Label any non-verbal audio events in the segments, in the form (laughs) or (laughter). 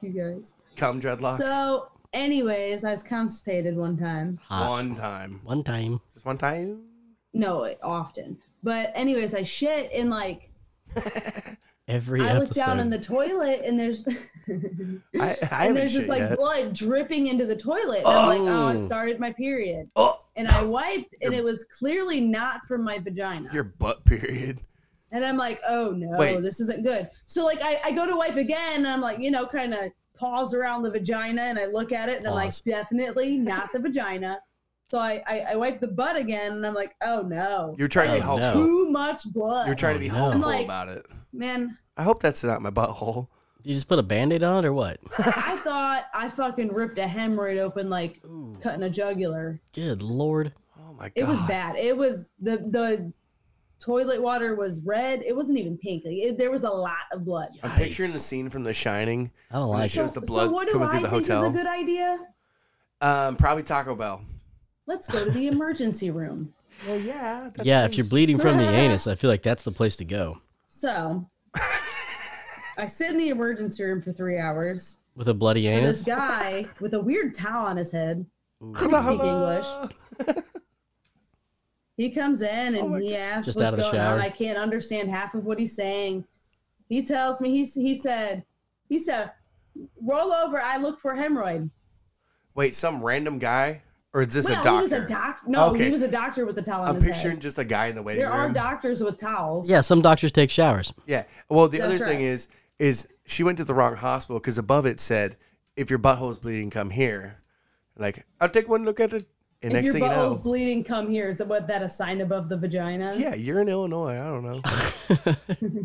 you guys. Come dreadlocks. So, anyways, I was constipated one time. Hot. one time. One time. Just one time. No, it- often. But anyways, I shit and like Every I episode. look down in the toilet and there's (laughs) and I, I haven't there's shit just like yet. blood dripping into the toilet. And I'm like, oh, I Oh. started my period. Oh, And I wiped and Your- it was clearly not from my vagina. your butt period. And I'm like, oh no, Wait. this isn't good. So like I, I go to wipe again and I'm like, you know, kind of pause around the vagina and I look at it and I'm like, Pause. definitely not the vagina. So I, I, I wipe the butt again and I'm like, oh no. You're trying to be Oh, helpful. no. Too much blood. You're trying to be Oh, no. helpful I'm like- about it. Man, I hope that's not my butthole. you just put a band-aid on it or what? (laughs) I thought I fucking ripped a hemorrhoid open like Ooh, cutting a jugular. good lord. Oh my god. It was bad. It was the the toilet water was red. It wasn't even pink. Like, it, there was a lot of blood. I'm picturing Yikes. the scene from The Shining. I It don't like it. shows the blood so what do coming I through the think hotel. is a good idea? Um, probably Taco Bell. Let's go to the emergency room. Well, yeah. Yeah, if you're bleeding (laughs) from the anus, I feel like that's the place to go So I sit in the emergency room for three hours. with a bloody And this anus. guy with a weird towel on his head, Ooh. Hello. speak English. he comes in Oh and my he God. asks Just what's out of the going on. shower. I can't understand half of what he's saying. He tells me he he said he said roll over. I look for hemorrhoid. Wait, some random guy, or is this well, a doctor? he was a doc. No, Okay. he was a doctor with a towel on I'm his picturing head. just a guy in the waiting There are room. doctors with towels. Yeah, some doctors take showers. yeah. Well, the That's other thing right. is, is she went to the wrong hospital because above it said, "If your butthole's bleeding, come here." Like, I'll take one look at it. And if next your thing you butthole's know, bleeding, come here. Is that what that a sign above the vagina? yeah, you're in Illinois. I don't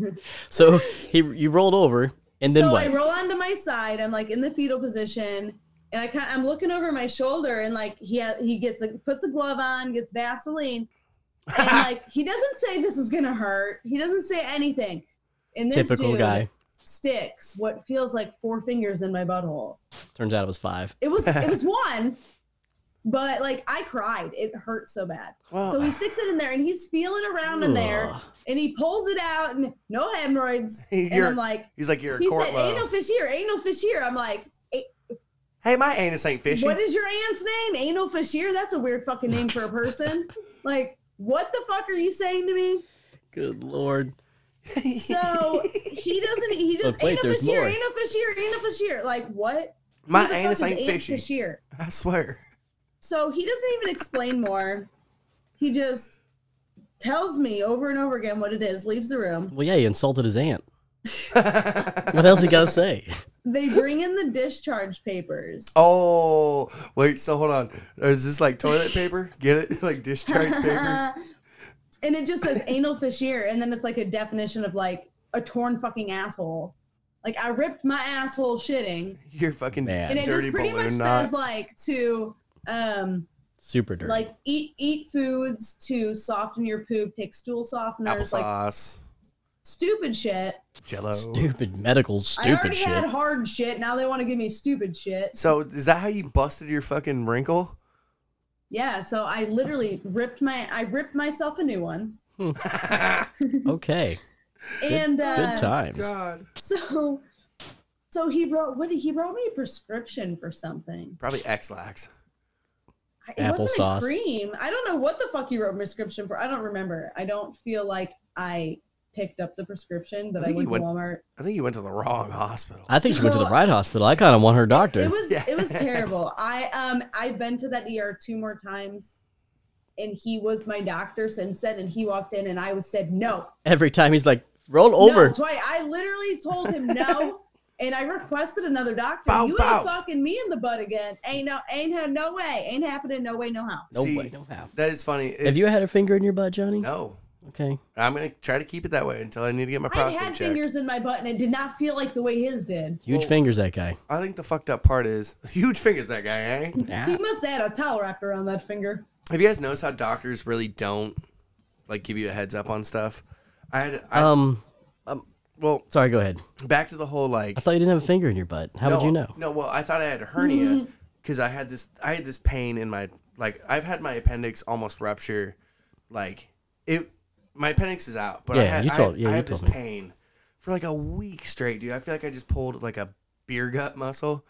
(laughs) know. So (laughs) he you rolled over and then so what? I roll onto my side. I'm like in the fetal position, and I kind I'm looking over my shoulder, and like he ha- he gets a, puts a glove on, gets Vaseline, (laughs) and like he doesn't say this is gonna hurt. He doesn't say anything. And this Typical dude guy. sticks what feels like four fingers in my butthole. Turns out it was five. It was it (laughs) was one, but like I cried. It hurt so bad. Well, So he sticks it in there and he's feeling around in there Oh. Ugh. and he pulls it out and no (laughs) hemorrhoids. And You're- I'm like, he's like, "You're a he court said, low. anal fish here, anal fish here. I'm like, "Eh, hey, my anus ain't fishy. what is your aunt's name? Anal fish here? That's a weird fucking name for a (laughs) person. like, what the fuck are you saying to me? Good lord. So he doesn't, he just, But wait, anal there's fish here, more. anal fish here, anal fish here. Like, what? my Who the fuck anus is ain't Aunt fishy. Fisher? (laughs) I swear. (laughs) So he doesn't even explain more. He just tells me over and over again what it is, leaves the room. Well, yeah, he insulted his aunt. What else he gotta say? (laughs) They bring in the discharge papers. Oh, wait. So hold on. Is this like toilet paper? Get it? (laughs) Like discharge (laughs) papers? and it just says anal fissure, and then it's like a definition of like a torn fucking asshole. Like I ripped my asshole shitting, You're fucking Man. and it dirty just pretty much balloon says knot. like to um Super dirty. like eat eat foods to soften your poop, take stool softeners, like Applesauce, stupid shit. Jello. stupid medical I stupid already shit. had hard shit. Now they want to give me stupid shit. So is that how you busted your fucking (laughs) wrinkle? Yeah, so I literally ripped my I ripped myself a new one, (laughs) okay. and uh, Good times. God. So, so he wrote what? did- He wrote me a prescription for something. Probably X-Lax. I- It wasn't Applesauce. a cream. I don't know what the fuck he wrote a prescription for. I don't remember. I don't feel like I picked up the prescription, but I I, think went you to went- Walmart. I think you went to the wrong hospital. I think she went to the So- right hospital. I kind of want her doctor. It was Yeah. it (laughs) was terrible. I um I've been to that ER two more times, and he was my doctor since then. And he walked in, and I was said no, Every time he's like, roll over. No, twice. I literally told him (laughs) no. And I requested another doctor. Bow, you bow. ain't fucking me in the butt again. Ain't no, ain't ha- no way. Ain't happening. No way. No how. No See, way, no how. That is funny. If, Have you had a finger in your butt, Johnny? No. Okay. I'm going to try to keep it that way until I need to get my I prostate had checked. fingers in my butt, and it did not feel like the way his did. Huge Well- fingers, that guy. I think the fucked up part is (laughs) huge fingers that guy, eh? He must have had a towel wrapped around that finger. Have you guys noticed how doctors really don't like give you a heads up on stuff? I had I, Um, well sorry, go ahead. back to the whole like I thought you didn't have a finger in your butt. How no, would you know? No, well I thought I had a hernia because I had this I had this pain in my like I've had my appendix almost rupture, like it my appendix is out, but I Yeah, had you I told- had- yeah, I you had this told me. pain for like a week straight, dude. I feel like I just pulled like a beer gut muscle.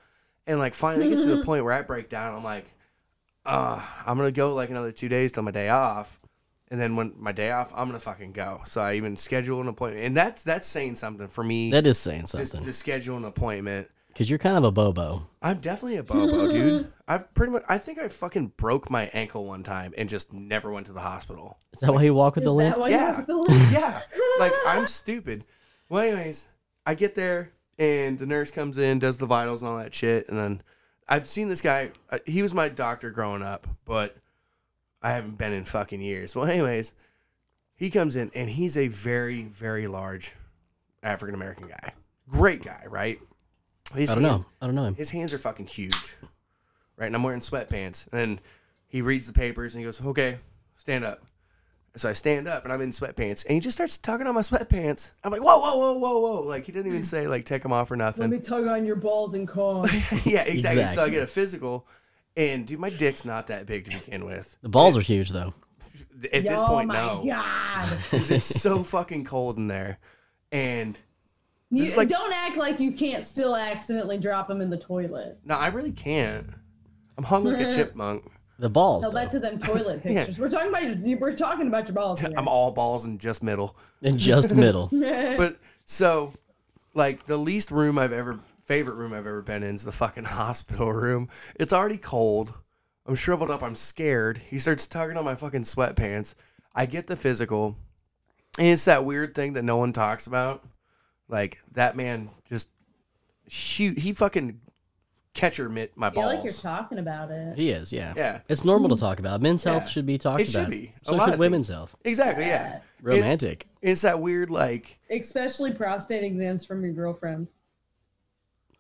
And like finally it gets to the point where I break down. I'm like, uh, I'm gonna go like another two days till my day off. And then when my day off, I'm gonna fucking go. So I even schedule an appointment. And that's that's saying something for me. That is saying to, something. to schedule an appointment. Because you're kind of a bobo. I'm definitely a bobo, (laughs) dude. I've pretty much I think I fucking broke my ankle one time and just never went to the (laughs) hospital. Is that why you walk with Is the limp? that why Yeah. you have the (laughs) limp? yeah. Like I'm stupid. Well, anyways, I get there and the nurse comes in, does the vitals and all that shit, and then I've seen this guy. Uh, he was my doctor growing up, but I haven't been in fucking years. Well, anyways, he comes in and he's a very, very large African American guy. Great guy, right? His I don't know. hands- I don't know him. His hands are fucking huge, right? And I'm wearing sweatpants. And he reads the papers and he goes, "Okay, stand up." So I stand up and I'm in sweatpants, and he just starts tugging on my sweatpants. I'm like, "Whoa, whoa, whoa, whoa, whoa!" Like he didn't even say like take them off or Let me nothing. tug on your balls (laughs) and cough. yeah, exactly. So I Exactly. get a physical, and dude, my dick's not that big to begin with. The balls are huge though. At this point, my no, (laughs) God. 'Cause it's so fucking cold in there, and You, is like- don't act like you can't still accidentally drop them in the toilet. no, I really can't. I'm hung (laughs) like a chipmunk. The balls. Tell that Though. to (laughs) them toilet pictures. We're talking about your, we're talking about your balls. Here. I'm all balls and just middle. And (laughs) just middle. but so like the least room I've ever favorite room I've ever been in is the fucking (laughs) hospital room. It's already cold. I'm shriveled up. I'm scared. He starts tugging on my fucking sweatpants. I get the physical. And it's that weird thing that no one talks about. Like that man just shoot he fucking catcher mitt my I feel like you're balls. talking about it. He is, yeah. Yeah. It's normal to talk about. Men's health Yeah. should be talked It should about. be. A So lot should of women's health. exactly, yeah. It- Romantic. it's that weird like Especially prostate exams from your girlfriend.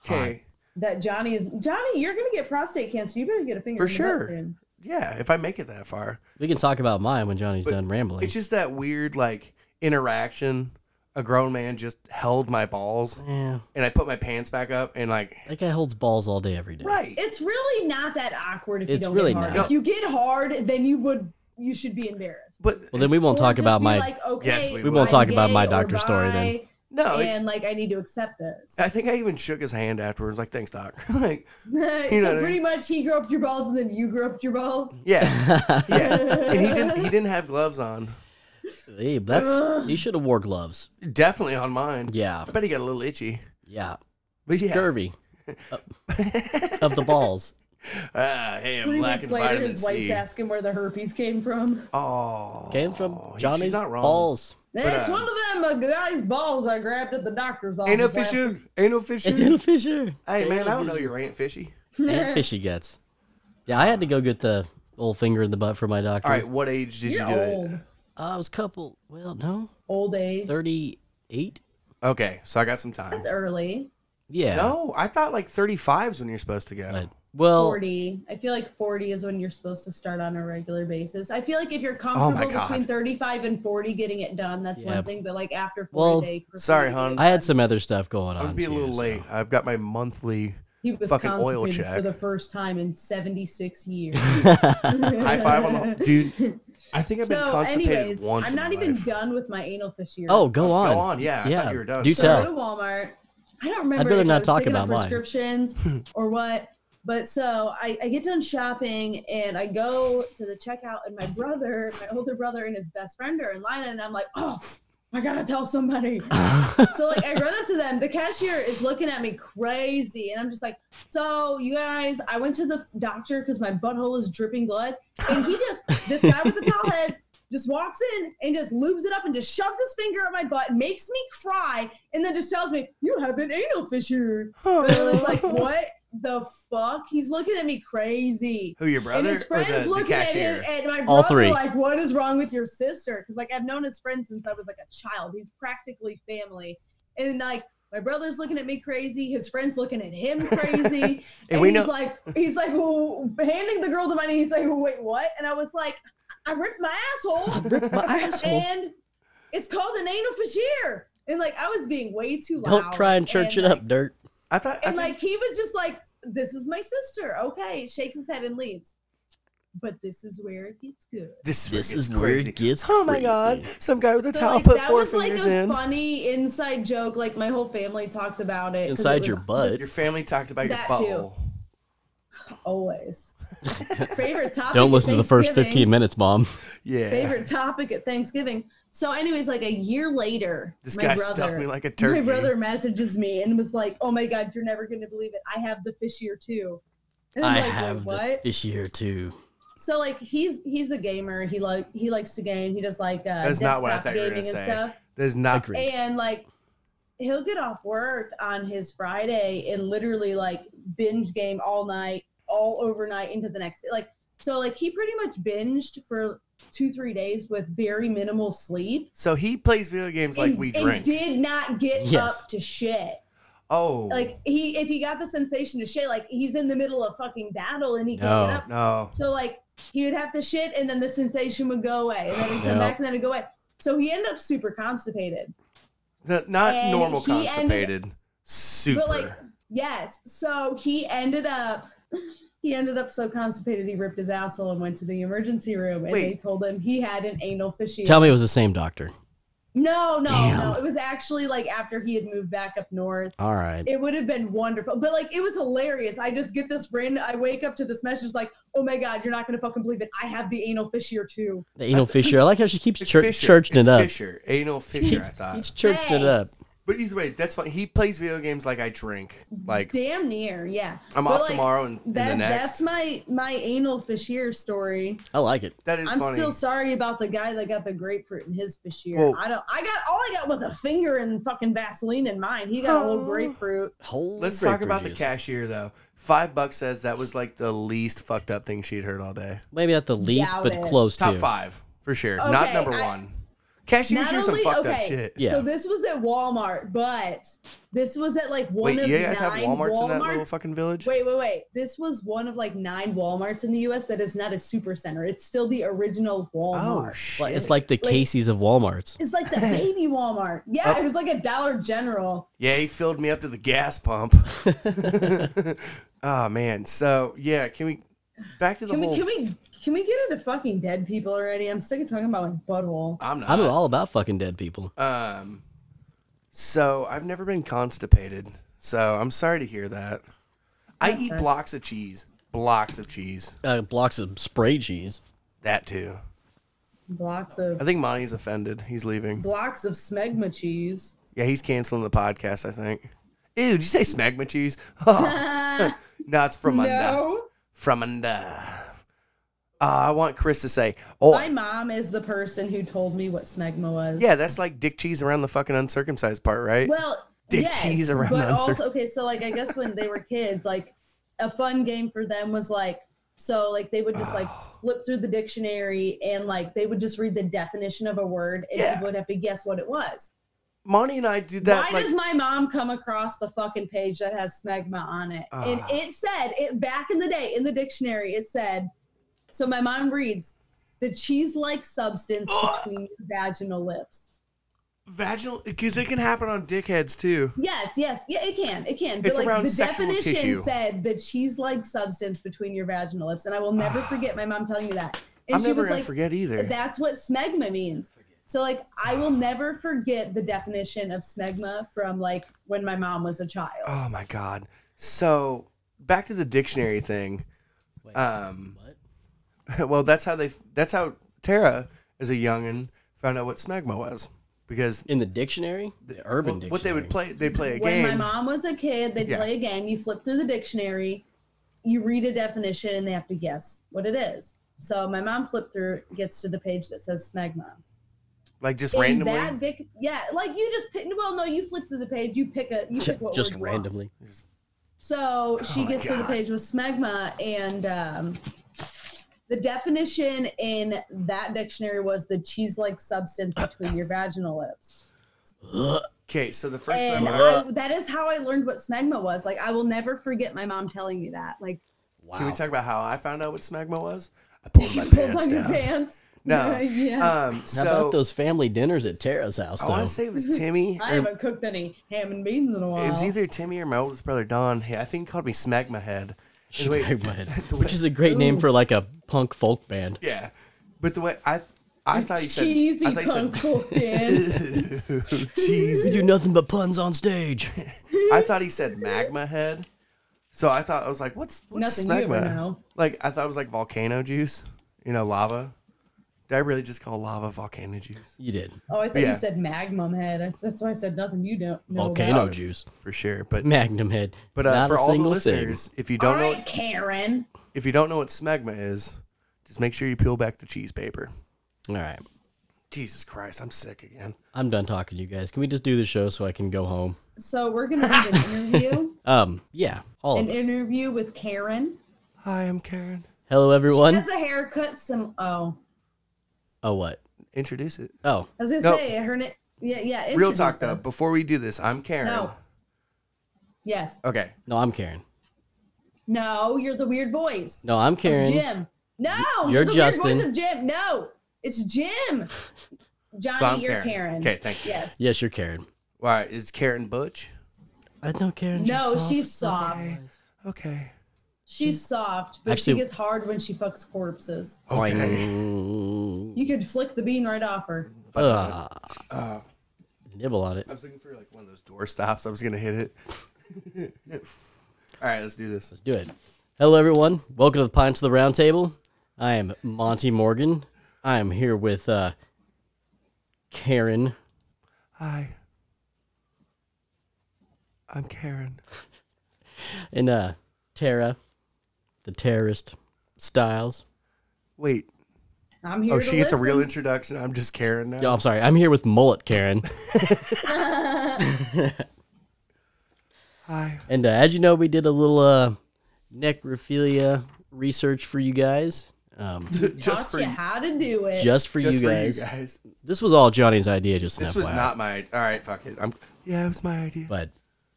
okay. That Johnny is Johnny. You're gonna get prostate cancer. You better get a finger For in the butt sure. soon. Yeah, if I make it that far. we can talk about mine when Johnny's done rambling. It's just that weird like interaction. A grown man just held my balls, yeah. and I put my pants back up, and like That guy holds balls all day every day. right, It's really not that awkward if It's you don't really get hard. not. If you get hard, then you would you should be embarrassed. but Well then we won't Or talk just about be my like, okay, Yes, we We won't I'm talk about gay my or doctor's story then. bi, no, Oh, it's, And like I need to accept this. I think I even shook his hand afterwards, like thanks, doc. (laughs) like You know what I (laughs) so pretty much he grew up your balls and then you grew up your balls. yeah, (laughs) yeah, (laughs) and he didn't he didn't have gloves on, Hey, Uh. that's you should have wore gloves. definitely on mine. Yeah. I bet he got a little itchy. Yeah. But yeah, (laughs) Scurvy. Up- of the balls. ah, hey, I'm Three lacking weeks later, vitamin his wife's C. asking where the herpes came from. Oh, Came from he- she's Johnny's not wrong. balls. That's uh, one of them uh, guy's balls I grabbed at the doctor's office. Ain't no last fishy, ain't no fishy. (laughs) It's little fisher. Hey man, I don't know your ain't fishy. And fishy gets. Yeah, I had to go get the old finger in the butt for my doctor. Uh, All right, what age did You're you do it? old. I was couple. Well, no, Old age. thirty-eight. Okay, so I got some time. That's early. Yeah. No, I thought like 35 is when you're supposed to go. But, well, 40. I feel like 40 is when you're supposed to start on a regular basis. I feel like if you're Oh my comfortable between God. 35 and 40 getting it done, that's Yeah. one thing. But like after 40, Well, they prefer sorry, to get hon. it I had done. some other stuff going I'm on. gonna be a too, little so- late. I've got (laughs) my monthly He was fucking oil constipated check. for the first time in 76 (laughs) years. high five on the (laughs) dude. I think I've been so, constipated anyways, once. I'm in not my even life. done with my anal fissure. Oh, go on. Go on, yeah. I Yeah, thought you were done. (laughs) do so I tell. go to Walmart. I don't remember. rather if I not was talk picking up about mine. prescriptions (laughs) or what. But so I, I get done shopping and I go to the checkout and my brother, my older brother and his best friend are in line and I'm like, oh, I gotta tell somebody. so like I run up to them. The cashier is looking at me crazy, and I'm just like, so you guys, I went to the doctor because my butthole is dripping blood, and he just this guy with the towel (laughs) head just walks in and just lubes it up and just shoves his finger up my butt, makes me cry, and then just tells me you have an anal fissure. And I was (laughs) like, what the fuck? He's looking at me crazy. Who your brother and his or friends the, the looking at cashier? his at my brother All three. like, "What is wrong with your sister?" Because like I've known his friend since I was like a child. He's practically family, and like my brother's looking at me crazy. His friend's looking at (laughs) him crazy, and, we he's know- like, he's like well, handing the girl the money. He's like, "Wait, what?" And I was like, "I ripped my asshole, my asshole. and it's called an anal fissure." And like I was being way too loud. Don't try and church it like, up, dirt. I thought. I and think- like he was just like, "This is my sister." Okay, shakes his head and leaves. but this is where it gets good. This, This is where it gets Oh my crazy. god! Some guy with a So, towel like, put that four was like fingers a in. funny inside joke. Like my whole family talked about it. 'cause Inside it (laughs) your was butt. Your family talked about your That too. butthole. (laughs) Always. Favorite topic. Don't at listen to the first Thanksgiving. 15 minutes, mom. Yeah. Favorite topic at Thanksgiving. So, anyways, like a year later, This my guy brother, stuffed me like a (laughs) turkey. My brother messages me and was like, "Oh my god, you're never going to believe it. I have the fish ear too." (laughs) And I'm I like, "Wait, have the what? fish here too. so like he's he's a gamer. He like he likes to game. He does like uh, That's not what I desktop thought you were gaming and gonna say. stuff. There's not. Agreed. and like he'll get off work on his Friday and literally like binge game all night, all overnight into the next day. Like so, like he pretty much binged for two three days with very minimal sleep. So he plays video games like and, we and drink. did not get Yes. up to shit. oh, Like he, if he got the sensation to shit, like he's in the middle of fucking battle and he can't No. get up. no. So like he would have to shit and then the sensation would go away and then he'd come Yeah. back and then it'd go away. So he ended up super constipated. N- not And normal he ended- constipated. Super. But like, yes. So he ended up, he ended up so constipated he ripped his asshole and went to the emergency room, and they Wait. told him he had an anal fissure. Tell me it was the same doctor. no, no, Damn. no. It was actually like after he had moved back up north. All right. It would have been wonderful, but like it was hilarious. I just get this random. I wake up to this message like, "Oh my god, you're not gonna fucking believe it. I have the anal fissure too." The anal fissure. I like how she keeps It's chur- Fisher. churching It's it up. Fisher. Anal She Fisher, I thought. keeps churching it Hey. up. But either way, that's fine. He plays video games like I drink. Like Damn near, yeah. I'm But, off like, tomorrow and, and That, the that's next. my my anal fissure story. I like it. That is I'm funny. still sorry about the guy that got the grapefruit in his fish year. Well- I don't. I got all I got was a finger and fucking Vaseline in mine. He got a (gasps) whole Oh. grapefruit. Whole Let's talk grapefruit about the juice. cashier though. Five bucks says that was like the least fucked up thing she'd heard all day. Maybe not the least, Doubt but it. close Top to. five for sure. Not Okay, number I- one. Cashiers Not hear some only- fucked up okay. shit. Yeah. So this was at Walmart, but this was at like one Wait, of you guys have nine Walmarts in that little Walmarts. fucking village? Wait, wait, wait. This was one of like nine Walmarts in the U.S. that is not a super center. It's still the original oh Walmart. shit! Like, it's like the Like- Casey's of Walmart's. it's (laughs) like the baby Walmart. Yeah, Up- it was like a Dollar General. yeah, he filled me up to the gas pump. (laughs) oh man. So yeah, can we back to the Can whole? we can we can we get into fucking dead people already? I'm sick of talking about like butthole. I'm not. I'm all about fucking dead people. Um, so I've never been constipated, so I'm sorry to hear that. I eat sucks. blocks of cheese, blocks of cheese. Uh, blocks of spray cheese. That too. Blocks of I think Monty's offended. He's leaving. blocks of smegma cheese. Yeah, he's canceling the podcast. I think. Ew, did you say smegma cheese? (laughs) Oh, (laughs) Ah, no, it's from under. no, From under. Uh, I want Chris to say, "Oh, my mom is the person who told me what smegma was. yeah, that's like dick cheese around the fucking uncircumcised part, right?" Well, Dick yes, cheese around but the answer. also okay. So like, I guess when they were kids, like a fun game for them was like so like they would just (sighs) like flip through the dictionary and like they would just read the definition of a word and Yeah. people would have to guess what it was. Monty and I did that. Why like, does my mom come across the fucking page that has smegma on it? and Ah. it said it back in the day in the dictionary. It said, so my mom reads the cheese-like substance between your vaginal lips. vaginal because it can happen on dickheads too. Yes, yes, yeah, it can, it can. It's like around the sexual definition tissue. said the cheese-like substance between your vaginal lips, and I will never forget my mom telling me that. And I'm she never was gonna like, forget either. That's what smegma means. So like I will never forget the definition of smegma from like when my mom was a child. Oh my god. So back to the dictionary thing. (laughs) Wait, Um, what? well, that's how they. That's how Tara, as a youngin, found out what smegma was because In the dictionary? The urban well, dictionary. what they would play, they play a when game. my mom was a kid, they'd Yeah. play a game. You flip through the dictionary, you read a definition, and they have to guess what it is. So my mom flipped through, gets to the page that says smegma. like just And randomly. that dic- yeah, like you just pick. Well, no, you flip through the page, you pick a, you pick what Just word you want. randomly. So she Oh my gets to the God. page with smegma, and um, the definition in that dictionary was the cheese-like substance between your vaginal lips. Okay, so the first time And I, I, that is how I learned what smegma was. Like, I will never forget my mom telling me that. Like, Wow. can we talk about how I found out what smegma was? I (laughs) pulled my pulled pants on your down. pants. (laughs) (laughs) No. yeah. Um, so Oh, How about those family dinners at Tara's house, I though? want to say it was Timmy. Mm-hmm. I or- haven't cooked any ham and beans in a while. It was either Timmy or my oldest brother Don. He, I think he called me Smack My Head, And wait, (laughs) Shagwed, which is a great name for like a punk folk band. yeah, but the way I I thought you said Cheesy I thought you said (laughs) punk folk band. We do nothing but puns (laughs) on stage. I thought he said magma head. So I thought I was like, what's what's Nothing you ever magma? know. Like I thought it was like volcano juice, you know, lava. Did I really just call lava volcano juice? You did Oh, I thought Yeah. you said Magnum Head. I- That's why I said nothing you don't know volcano about. juice, For sure. But Magnum Head. but uh, Not for a all the single listeners, if you All don't know right, what, Karen. if you don't know what smegma is, just make sure you peel back the cheese paper. thing. All right, Jesus Christ, I'm sick again. I'm done talking to you guys. Can we just do the show so I can go home? So we're gonna have (laughs) an interview, Um, yeah, all an of us. interview with Karen. Hi, I'm Karen. Hello, everyone. Has a haircut. Some oh, Oh, what? Introduce it. Oh, I was gonna No. say her name. Yeah, yeah. Real introduce talk though, us. before we do this, I'm Karen. No. Yes. Okay. no, I'm Karen. No, you're the weird boys. No, I'm Karen. Oh, Jim. No, you're, you're the Justin. weird voice of Jim. No, it's (laughs) Jim. Johnny, So I'm you're Karen. Karen. Okay, thank you. Yes. Yes, you're Karen. All right, is Karen Butch? I know Karen. No, soft. she's soft. Okay. She's soft, but Actually- she gets hard when she fucks corpses. Okay. You could flick the bean right off her. Mm. uh, Ah. nibble on it. I was looking for like one of those door stops. I was gonna hit it. (laughs) All right, let's do this. Let's do it. Hello, everyone. Welcome to the Pints of the Round Table. I am Monty Morgan. I am here with uh, Karen. Hi, I'm Karen. and uh Tara, the terrorist Styles. Wait. I'm here. Oh, to she gets a listen. real introduction. I'm just Karen now. Oh, I'm sorry. I'm here with (laughs) Mullet Karen. Hi. and uh, as you know, we did a little uh, necrophilia research for you guys. Um, just Taught you how to do it. just for, just you, guys. for you guys. This was all Johnny's idea, just an This was FYI. not my. All right, fuck it. I'm. Yeah, it was my idea. But,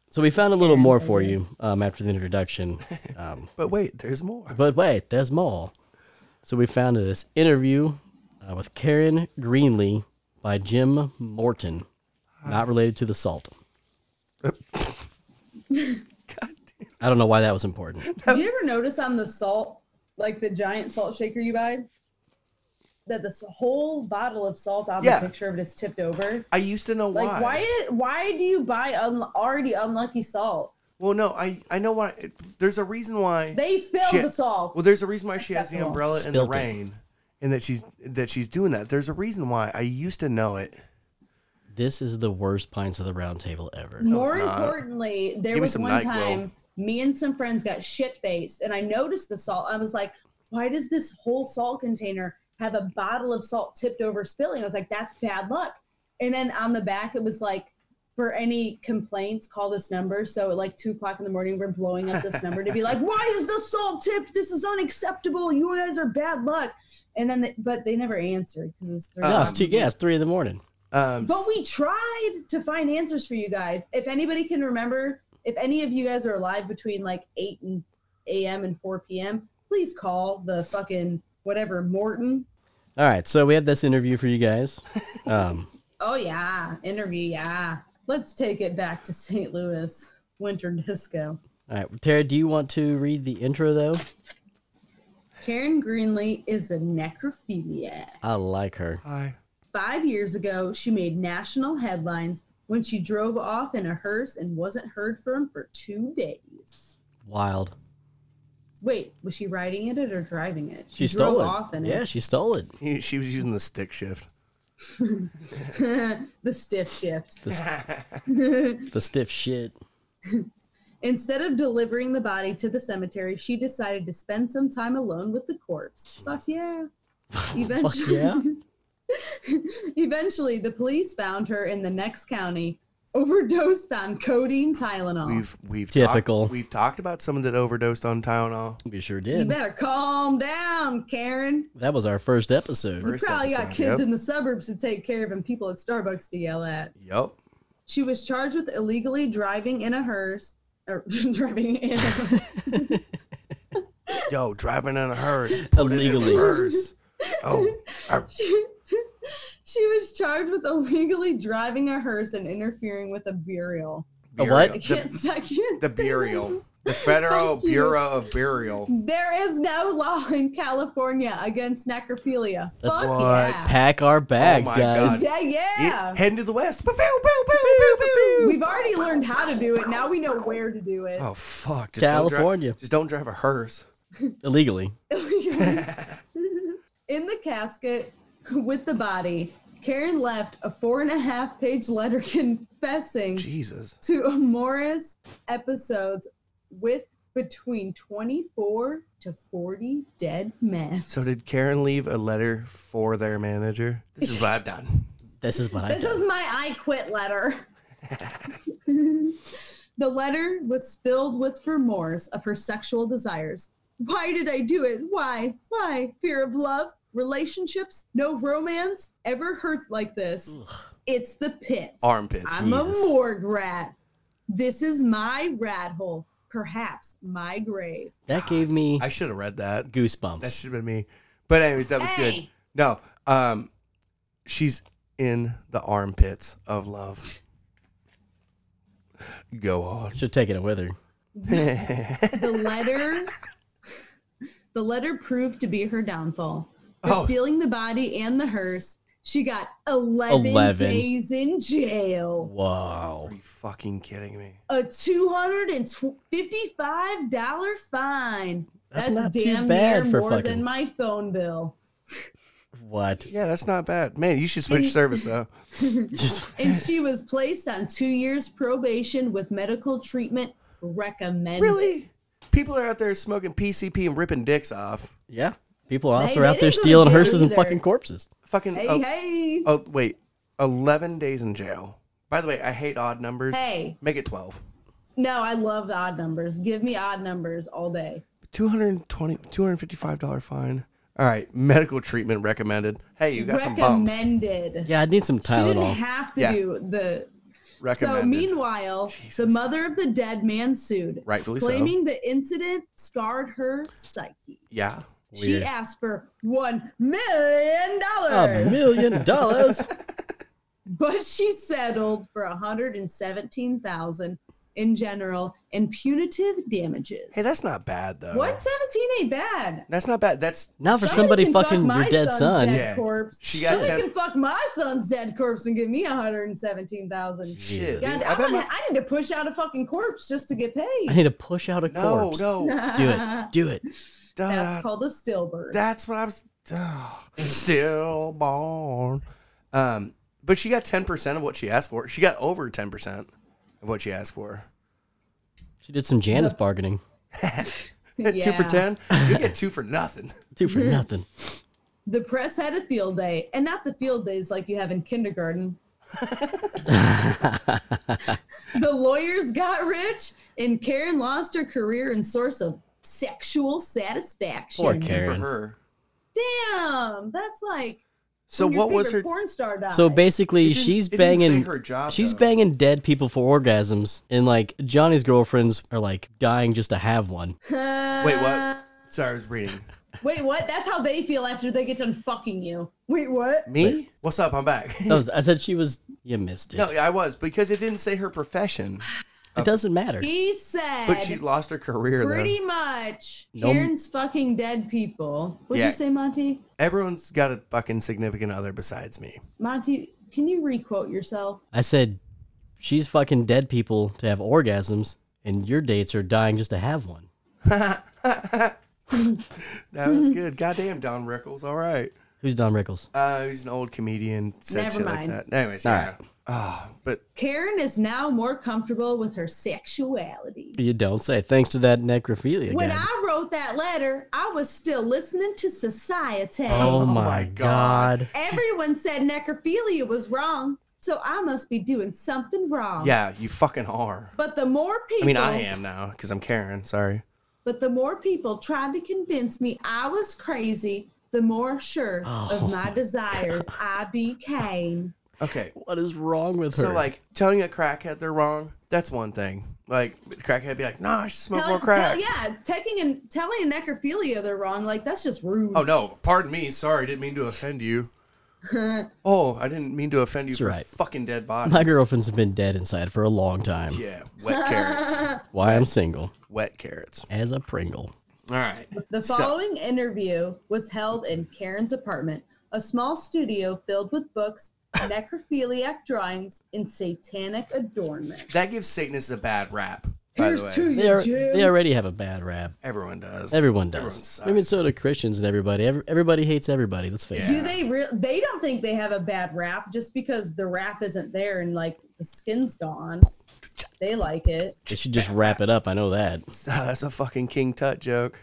but so we found a little more for you um, after the introduction. (laughs) Um, wait, there's more. But wait, there's more. So we found this interview uh, with Karen Greenlee by Jim Morton, not related to the salt. God damn. I don't know why that (laughs) was important. Did you ever notice on the salt, like the giant salt shaker you buy, that this whole bottle of salt on Yeah. the picture of it is tipped over? (laughs) I used to know why. Like why? Why, do you buy un- already unlucky salt? Well, no, I I know why. it- there's a reason why. They spilled She- the salt. Well, there's a reason why she has the Acceptable. umbrella in the Spilt it. rain, and that she's that she's doing that. There's a reason why. I used to know it. This is the worst pints of the round table ever. it's More not. importantly, there Give me was some one NyQuil. time me and some friends got shit faced, and I noticed the salt. I was like, why does this whole salt container have a bottle of salt tipped over spilling? I was like, that's bad luck. And then on the back, it was like, for any complaints, call this number. So at like two o'clock in the morning, we're blowing up this number to (laughs) be like, why is the salt tipped? This is unacceptable. You guys are bad luck. And then, they, but they never answered because it was three. No, o'clock it's two. Yeah, it's three in the morning. Um, but we tried to find answers for you guys. If anybody can remember, if any of you guys are alive between like 8 and a.m. and 4 p.m., please call the fucking whatever Morton. All right, so we have this interview for you guys. Um, Oh, yeah. Interview. Yeah. Let's take it back to St. Louis Winter Disco. all right, Tara, do you want to read the intro though? Karen Greenlee is a necrophiliac. I like her. hi. Five years ago, she made national headlines when she drove off in a hearse and wasn't heard from for two days. Wild. Wait, was she riding it or driving it? She drove stole it. off in yeah, it. she stole it. He- she was using the stick shift. The stiff shift. The stiff (laughs) shit. Instead of delivering the body to the cemetery, she decided to spend some time alone with the corpse. Fuck yeah. (laughs) Fuck Eventually, yeah. (laughs) eventually, the police found her in the next county, overdosed on codeine Tylenol. We've we've Typical. Talked, we've talked about someone that overdosed on Tylenol. We sure you did. better calm down, Karen. That was our first episode. We First probably got episode, kids yep. in the suburbs to take care of and people at Starbucks to yell at. Yep. She was charged with illegally driving in a hearse. Or (laughs) driving in a, Yo, driving in a hearse. put it in (laughs) Illegally. reverse. Oh, I- she was charged with illegally driving a hearse and interfering with a burial. A what? I The, can't second. the burial. The Federal Bureau of Burial. There is no law in California against necrophilia. That's Fuck what- yeah. Pack our bags, my guys. God. Yeah, yeah. It- heading to the west. Boo, boo, boo, boo, boo, boo, boo. We've already learned how to do it. Now we know where to do it. Oh fuck! Just Don't California. drive, just don't drive a hearse. Illegally. (laughs) in the casket with the body, Karen left a four and a half page letter (laughs) confessing Jesus. to (laughs) amorous episodes with between 24 to 40 dead men. So did Karen leave a letter for their manager? This is what I've done. This is what I This do. is my I quit (laughs) letter. (laughs) the letter was filled with remorse of her sexual desires. Why did I do it? Why? Why? Fear of love, relationships, no romance ever hurt like this. It's the pits. Armpits. I'm Jesus. a morgue rat. This is my rat hole, perhaps my grave. That gave me I should have read that. goosebumps. That should have been me. But anyways, that was good. Hey. No, um, she's in the armpits of love. Go on. (laughs) should take it with her. the letter the letter proved to be her downfall for Oh. stealing the body and the hearse she got 11, 11. days in jail Wow. Are you fucking kidding me? a $255 fine That's that's, not too damn bad near for more fucking- than my phone bill What? Yeah, that's not bad, man. You should switch service (laughs) though. Just and she was placed on two years probation with medical treatment recommended Really? People are out there smoking PCP and ripping dicks off. yeah. People are They- also they out there didn't go to stealing jail hearses and either. fucking corpses. Fucking. hey oh, hey oh, wait, eleven days in jail. By the way, I hate odd numbers. hey Make it twelve. no i love the odd numbers give me odd numbers all day 220 $255 fine. All right, medical treatment recommended. Hey, you got some bumps. recommended Yeah, I need some She didn't Tylenol. have to Yeah. do the. Recommended. So meanwhile, the mother of the dead man sued, Rightfully so. claiming the incident scarred her psyche. yeah. Weird. She asksked for one million A dollars, (laughs) million dollars. but she settled for a hundred and seventeen thousand in general and punitive damages. Hey, uh, that's not bad though. one seventeen ain't bad. That's not bad. That's Not for somebody can fuck fucking your my dead son's son. Dead Yeah. corpse. She got Somebody ten- can fuck my son's dead corpse and give me one hundred and seventeen thousand. shit. God, I I'm bet gonna, my, I need to push out a fucking corpse just to get I paid. need to push out a no, corpse. no. Do it. Do it. (laughs) Duh. That's called a stillbirth. That's what I'm oh, still born. Um, but she got 10% of what she asked for. She got over 10% of what she asked for. She did (laughs) some Janice bargaining. (laughs) Two for Yeah. 10. You get two for nothing. (laughs) Two (laughs) for nothing. The press had a field day, and not the field days like you have in (laughs) kindergarten. the lawyers got rich, and Karen lost her career and source of sexual satisfaction. Poor Good for Karen. her. Damn, that's like So when your what was favorite her porn star died. So basically, It didn't- she's it didn't say banging. her job, she's though. banging dead people for orgasms, and like Johnny's girlfriends are like dying just to have one. Wait, what? Uh, Sorry, I was reading. Wait, what? That's how they feel after they get done fucking you. Wait, what? Me? What's up? I'm back. (laughs) That was- I said she was. You missed it. no, I was because it didn't say her profession, it doesn't matter. He said. but she lost her career. Though. Pretty much. No- Karen's fucking dead people. What'd Yeah. you say, Monty? Everyone's got a fucking significant other besides me. Monty, can you requote yourself? I said she's fucking dead people to have orgasms, and your dates are dying just to have one. That was good. Goddamn, Don Rickles. All right. Who's Don Rickles? Uh, he's an old comedian. Said Never shit mind. like that. Anyways, yeah. Oh, but Karen is now more comfortable with her sexuality. You don't say. Thanks to that necrophilia When guy. I wrote that letter, I was still listening to society. oh, my, my god. God. Everyone said necrophilia was wrong, so I must be doing something wrong. yeah, you fucking are. But the more people I mean, I am now because I'm Karen. Sorry. But the more people tried to convince me I was crazy, the more sure Oh. of my desires I became. Okay. What is wrong with her? So like telling a crackhead they're wrong, that's one thing. Like the crackhead be like, nah, I should smoke Tell- more crack. tell- yeah, taking and telling a necrophilia they're wrong, like that's just rude. Oh no, pardon me. Sorry, didn't mean to offend you. Oh, I didn't mean to offend you for right. fucking dead body. My girlfriend's been dead inside for a long time. Yeah, wet carrots. (laughs) That's why I'm single Wet carrots. as a Pringle. All right. The So- following interview was held in Karen's apartment, a small studio filled with books, necrophiliac drawings, and satanic adornment. That gives Satanists a bad rap, by the way. They, are, they already have a bad rap. Everyone does. Everyone Everyone does. sucks. I mean, so do Christians and everybody. Every, everybody hates everybody. Let's face Do it. they real? They don't think they have a bad rap just because the rap isn't there and like the skin's gone. They like it. They should just wrap it up. I know that. (laughs) That's a fucking King Tut (laughs) joke.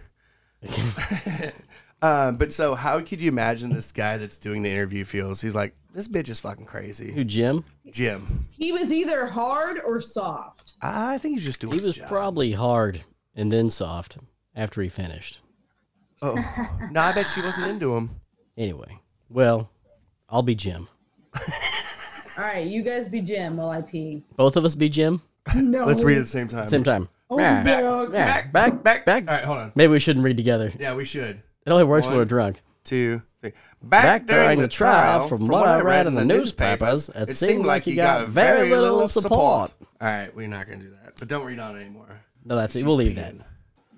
um, but so, how could you imagine this guy that's doing the interview feels? He's like, this bitch is fucking crazy. Who, Jim? Jim, He was either hard or soft. I think he's just doing. He his was job. probably hard and then soft after he finished. Oh. No, I bet she wasn't into him. Anyway, well, I'll be Jim. All right, you guys be Jim while I pee. Both of us be Jim. No. Let's read it at the same time. Same time. Oh, Rah. no. Rah. Back, back, back, back. All right, hold on. Maybe we shouldn't read together. Yeah, we should. It only works when One. we're drunk. Two, three. Back, during, the trial, from, what, I read in the newspapers, it seemed like you got very little support. All right, we're not going to do that. But don't read on it anymore. No, that's it. We'll leave that. Ian.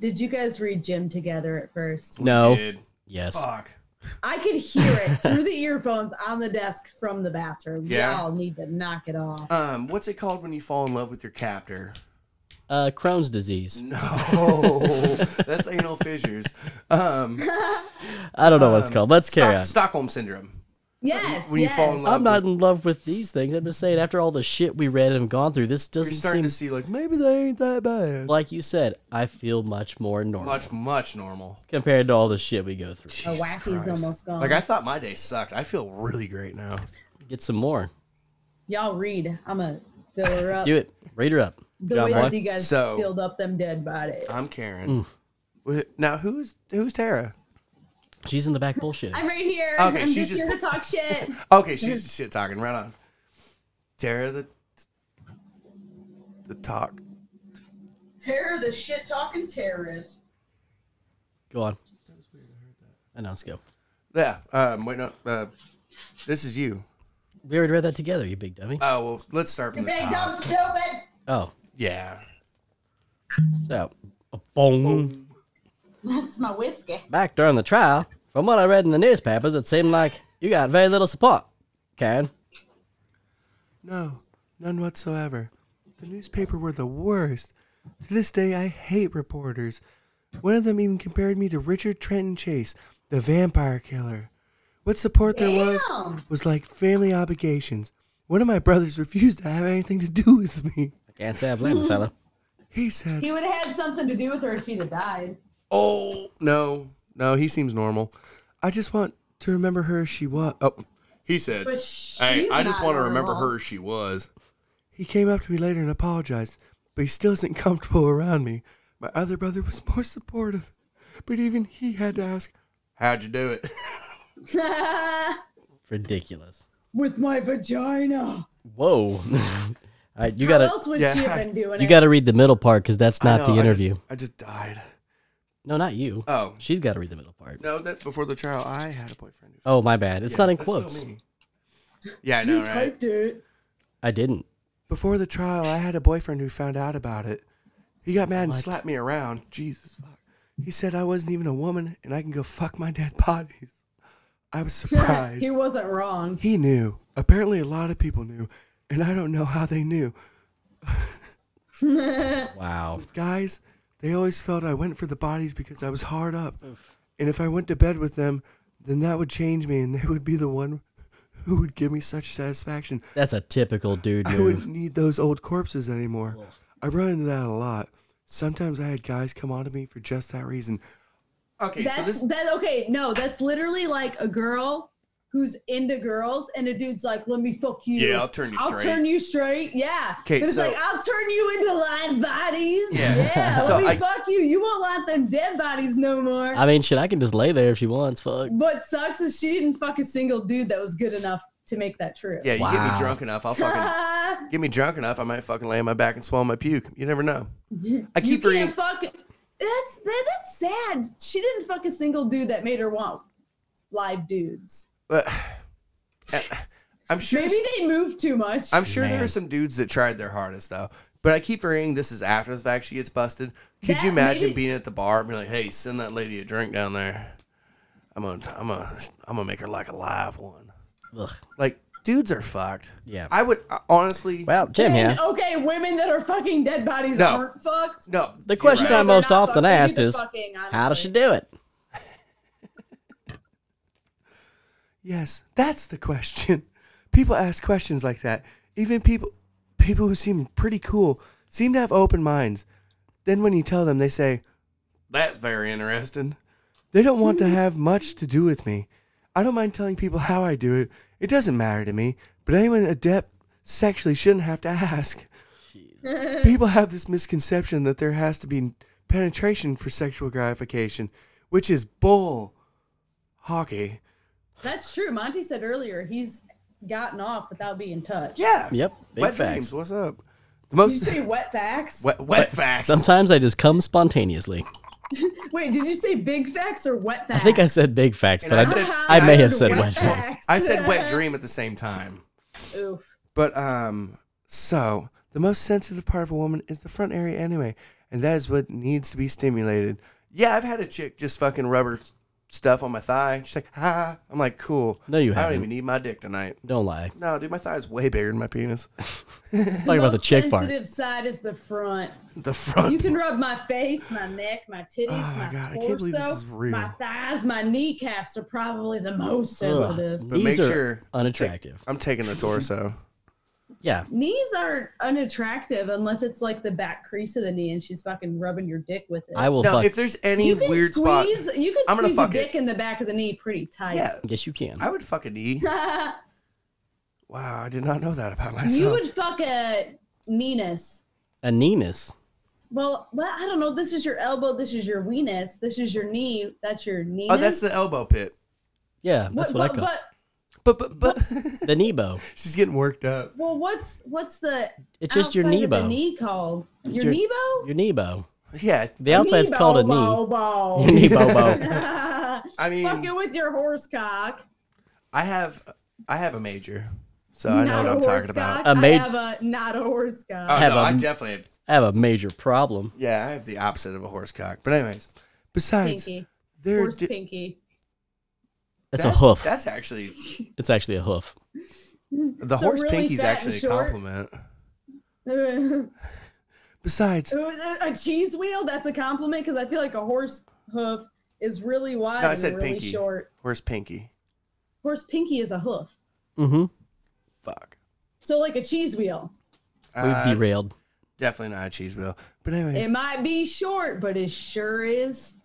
Did you guys read Jim together at first? No. Dude, Yes. fuck. I could hear (laughs) it through the earphones on the desk from the bathroom. Yeah. Y'all need to knock it off. Um, what's it called when you fall in love with your captor? (laughs) Uh, Crohn's disease. No, that's anal fissures. Um, I don't know what it's called. Let's carry Stock, on. Stockholm syndrome. Yes. When you yes. fall in love, I'm not in love with these things. I'm just saying, after all the shit we read and gone through, this you're doesn't starting seem to see like maybe they ain't that bad. like you said. I feel much more normal Much, much normal. compared to all the shit we go through. The Jesus wacky's Christ. Oh, almost gone. Like I thought my day sucked. I feel really great now. Get some more. Y'all read. I'm a fill her up. Do it. Read her up. The Got way one? that you guys So- uh, filled up them dead bodies. I'm Karen. Wh- Now who's who's Tara? She's in the back bullshit. I'm right here. Okay, I'm she's just just- here to talk (laughs) shit. Okay, she's just shit talking. Right on. Tara the the talk. Terror the shit talking terrorist. Go on. I know. Let's go. Yeah. Um. Wait. No. Uh, this is you. We already read that together, you big dummy. Oh well. Let's start from the top. stupid. Oh, Yeah. so a phone. That's my whiskey. Back during the trial, from what I read in the newspapers, it seemed like you got very little support, Karen. No, none whatsoever. The newspaper were the worst. To this day, I hate reporters. One of them even compared me to Richard Trenton Chase, the vampire killer. What support there was Damn. was like family obligations. One of my brothers refused to have anything to do with me. I can't say I blame the (laughs) fella. He said, He would have had something to do with her if he'd have died. "Oh no, no, he seems normal. I just want to remember her as she was." Oh, he said, But she's Hey, I just not want to remember normal. her as she was. He came up to me later and apologized, but he still isn't (laughs) comfortable around me. My other brother was more supportive, but even he had to ask, How'd you do it? Ridiculous. with my vagina. Whoa. (laughs) all right, you How gotta else would yeah. she have been doing you it? gotta read the middle part because that's not the interview. (laughs) I just, died. No, not you. Oh. She's gotta read the middle part. No, that before the trial, I had a boyfriend. Who Oh, my bad. It's not in That's still quotes. me. Yeah, I know, right? it. I didn't. Before the trial, I had a boyfriend who found out about it. He got mad and slapped me around. Jesus fuck. He said I wasn't even a woman and I can go fuck my dead bodies. I was (laughs) surprised. he wasn't wrong. He knew. Apparently, a lot of people knew, and I don't know how they knew. Wow. Guys, they always felt I went for the bodies because I was hard up, and if I went to bed with them, then that would change me, and they would be the one who would give me such satisfaction. That's (laughs) a typical dude I move. wouldn't need those old corpses anymore. I run into that a lot. Sometimes I had guys come onto me for just that reason. Okay, That's that. Okay, no, that's literally like a girl who's into girls, and a dude's like, "Let me fuck you." Yeah, I'll turn you straight. I'll turn you straight. Yeah. 'Kay, But it's so- like I'll turn you into live bodies. Yeah. Yeah. (laughs) So let me I- fuck you. You won't let them dead bodies no more. I mean shit, I can just lay there if she wants. Fuck. what sucks is she didn't fuck a single dude that was good enough to make that true. (laughs) yeah, you get me Wow. drunk enough, I'll fucking get me drunk enough, I might fucking lay on my back and swallow my puke. You never know. I (laughs) You keep reading. can't fuck. That's that, that's sad. She didn't fuck a single dude that made her want live dudes. But (sighs) eh, I'm sure. Maybe they moved too much. I'm sure there Man. are some dudes that tried their hardest though. But I keep hearing this is after the fact she gets busted. Could That- you imagine maybe- being at the bar and being like, "Hey, send that lady a drink down there. I'm gonna, I'm gonna, I'm gonna make her like a live one." Ugh. Like dudes are fucked. Yeah. I would uh, honestly. Wow, Jim, And, yeah. Okay, women that are fucking dead bodies No. aren't fucked. no, The question right. I most They're not often fucking, asked they're is, fucking, how does she honestly. do it? Yes, that's the question. (laughs) People ask questions like that. Even people people who seem pretty cool seem to have open minds. Then when you tell them, they say, "That's very interesting." They don't want to have much to do with me. I don't mind telling people how I do it. It doesn't matter to me, but anyone adept sexually shouldn't have to (laughs) ask. people have this misconception that there has to be penetration for sexual gratification, which is bull hockey. That's true. Monty said earlier he's gotten off without being touched. Yeah. Yep, big wet facts. dreams, What's up? The Did you most say wet facts? (laughs) wet, wet facts. Sometimes I just come spontaneously. Wait, did you say big facts or wet facts? I think I said big facts, And but I I, said- I may heard (laughs) have said wet facts. facts. I said wet dream at the same time. Oof. But um, so the most sensitive part of a woman is the front area anyway, and that is what needs to be stimulated. Yeah, I've had a chick just fucking rubber s- stuff on my thigh. She's like, ah. I'm like, cool. No, you I haven't. don't even need my dick tonight. Don't lie. No, dude, my thigh is way bigger than my penis. (laughs) Talk about the most chick part. sensitive side is the front. The front. You can rub my face, my neck, my titties, Oh my my God, I torso, can't believe this is real. my thighs, my kneecaps are probably the most Ugh, sensitive. But make Knees are sure- unattractive. I'm taking the torso. Yeah, Knees are unattractive unless it's like the back crease of the knee and she's fucking rubbing your dick with it. I will no, fuck. if there's any you can weird spot, squeeze, You can I'm gonna squeeze fuck a it. dick in the back of the knee pretty tight. yeah, yes, you can. I would fuck (laughs) a knee. Wow, I did not know that about myself. you would fuck a Ninus. A Nenis. Well, well, I don't know. This is your elbow. This is your weenus. This is your knee. That's your knee. oh, that's the elbow pit. Yeah, that's what, I call But, But but but it. the Nebo. (laughs) she's getting worked up. well, what's what's the It's just your outside of Nebo. The knee called your, your- nebo. Your Nebo. Yeah, The outside's called a knee. (laughs) Nebo. (laughs) Your knee bobo. I mean- fucking with your horse cock. I have I have a major, so Uh, I know what a I'm horse talking about. cock. A I ma- have a not a horse cock. Oh have no, I a- definitely have, I have a major problem. yeah, I have the opposite of a horse cock. But anyways, besides pinky. there, Horse di- pinky. (laughs) It's a hoof. That's actually It's actually a hoof. the So horse really pinky's fat and actually a short? compliment. Besides, a cheese wheel. That's a compliment because I feel like a horse hoof is really wide No, I and said really pinky. short. horse pinky. Horse pinky is a hoof. Mm-hmm. Fuck, So like a cheese wheel. We've Uh, derailed. Definitely not a cheese wheel. But anyways, It might be short, but it sure is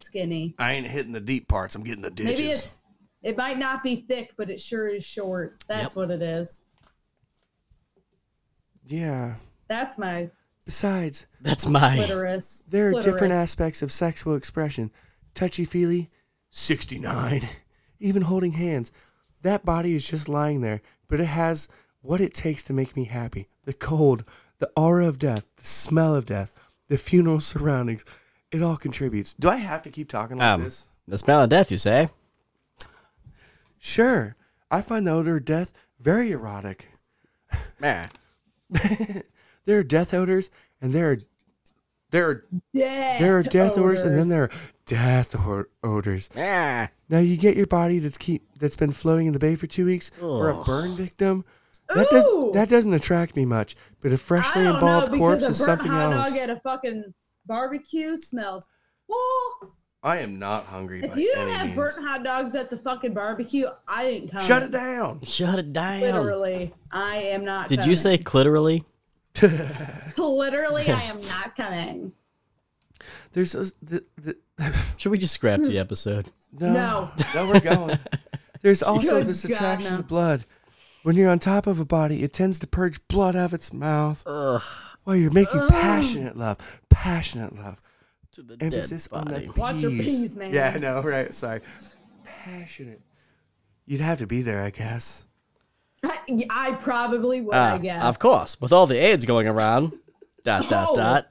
skinny. I ain't hitting the deep parts. I'm getting the ditches. Maybe it's it might not be thick, but it sure is short. That's Yep. what it is. yeah. That's my Besides, That's my. clitoris. There are different Clitoris. aspects of sexual expression. Touchy feely, 69. Even holding hands. That body is just lying there, but it has what it takes to make me happy the cold, the aura of death, the smell of death, the funeral surroundings. It all contributes. Do I have to keep talking like Um, this? the smell of death, you say? Sure. I find the odor of death very erotic. Man. (laughs) There are death odors, and there are there are Death there are death odors, and then odors. there are death or- odors. Yeah. Now you get your body that's keep that's been floating in the bay for two weeks, or a burn victim. That Ooh. does that doesn't attract me much, but a freshly I don't know, involved because corpse a is burnt something hot else. Dog at a fucking barbecue smells. Well, I am not hungry. if you don't have burnt hot dogs at the fucking barbecue, I didn't come. shut it down. Shut it down. Literally, I am not. Did coming. you say clitorally? (laughs) literally? I (laughs) am not coming. There's a, the, the, Should we just scrap Hmm. the episode? no, No. no, we're going. (laughs) There's also Good this God, attraction no. to blood. When you're on top of a body, it tends to purge blood out of its mouth. While you're making passionate love, passionate love. Oh. To the emphasis on the peas. Watch your peas, man. Yeah, I know, right? Sorry. Passionate. You'd have to be there, I guess. I, I probably would. Ah, I guess. Ah, Of course, with all the AIDS going around. Dot dot No. dot.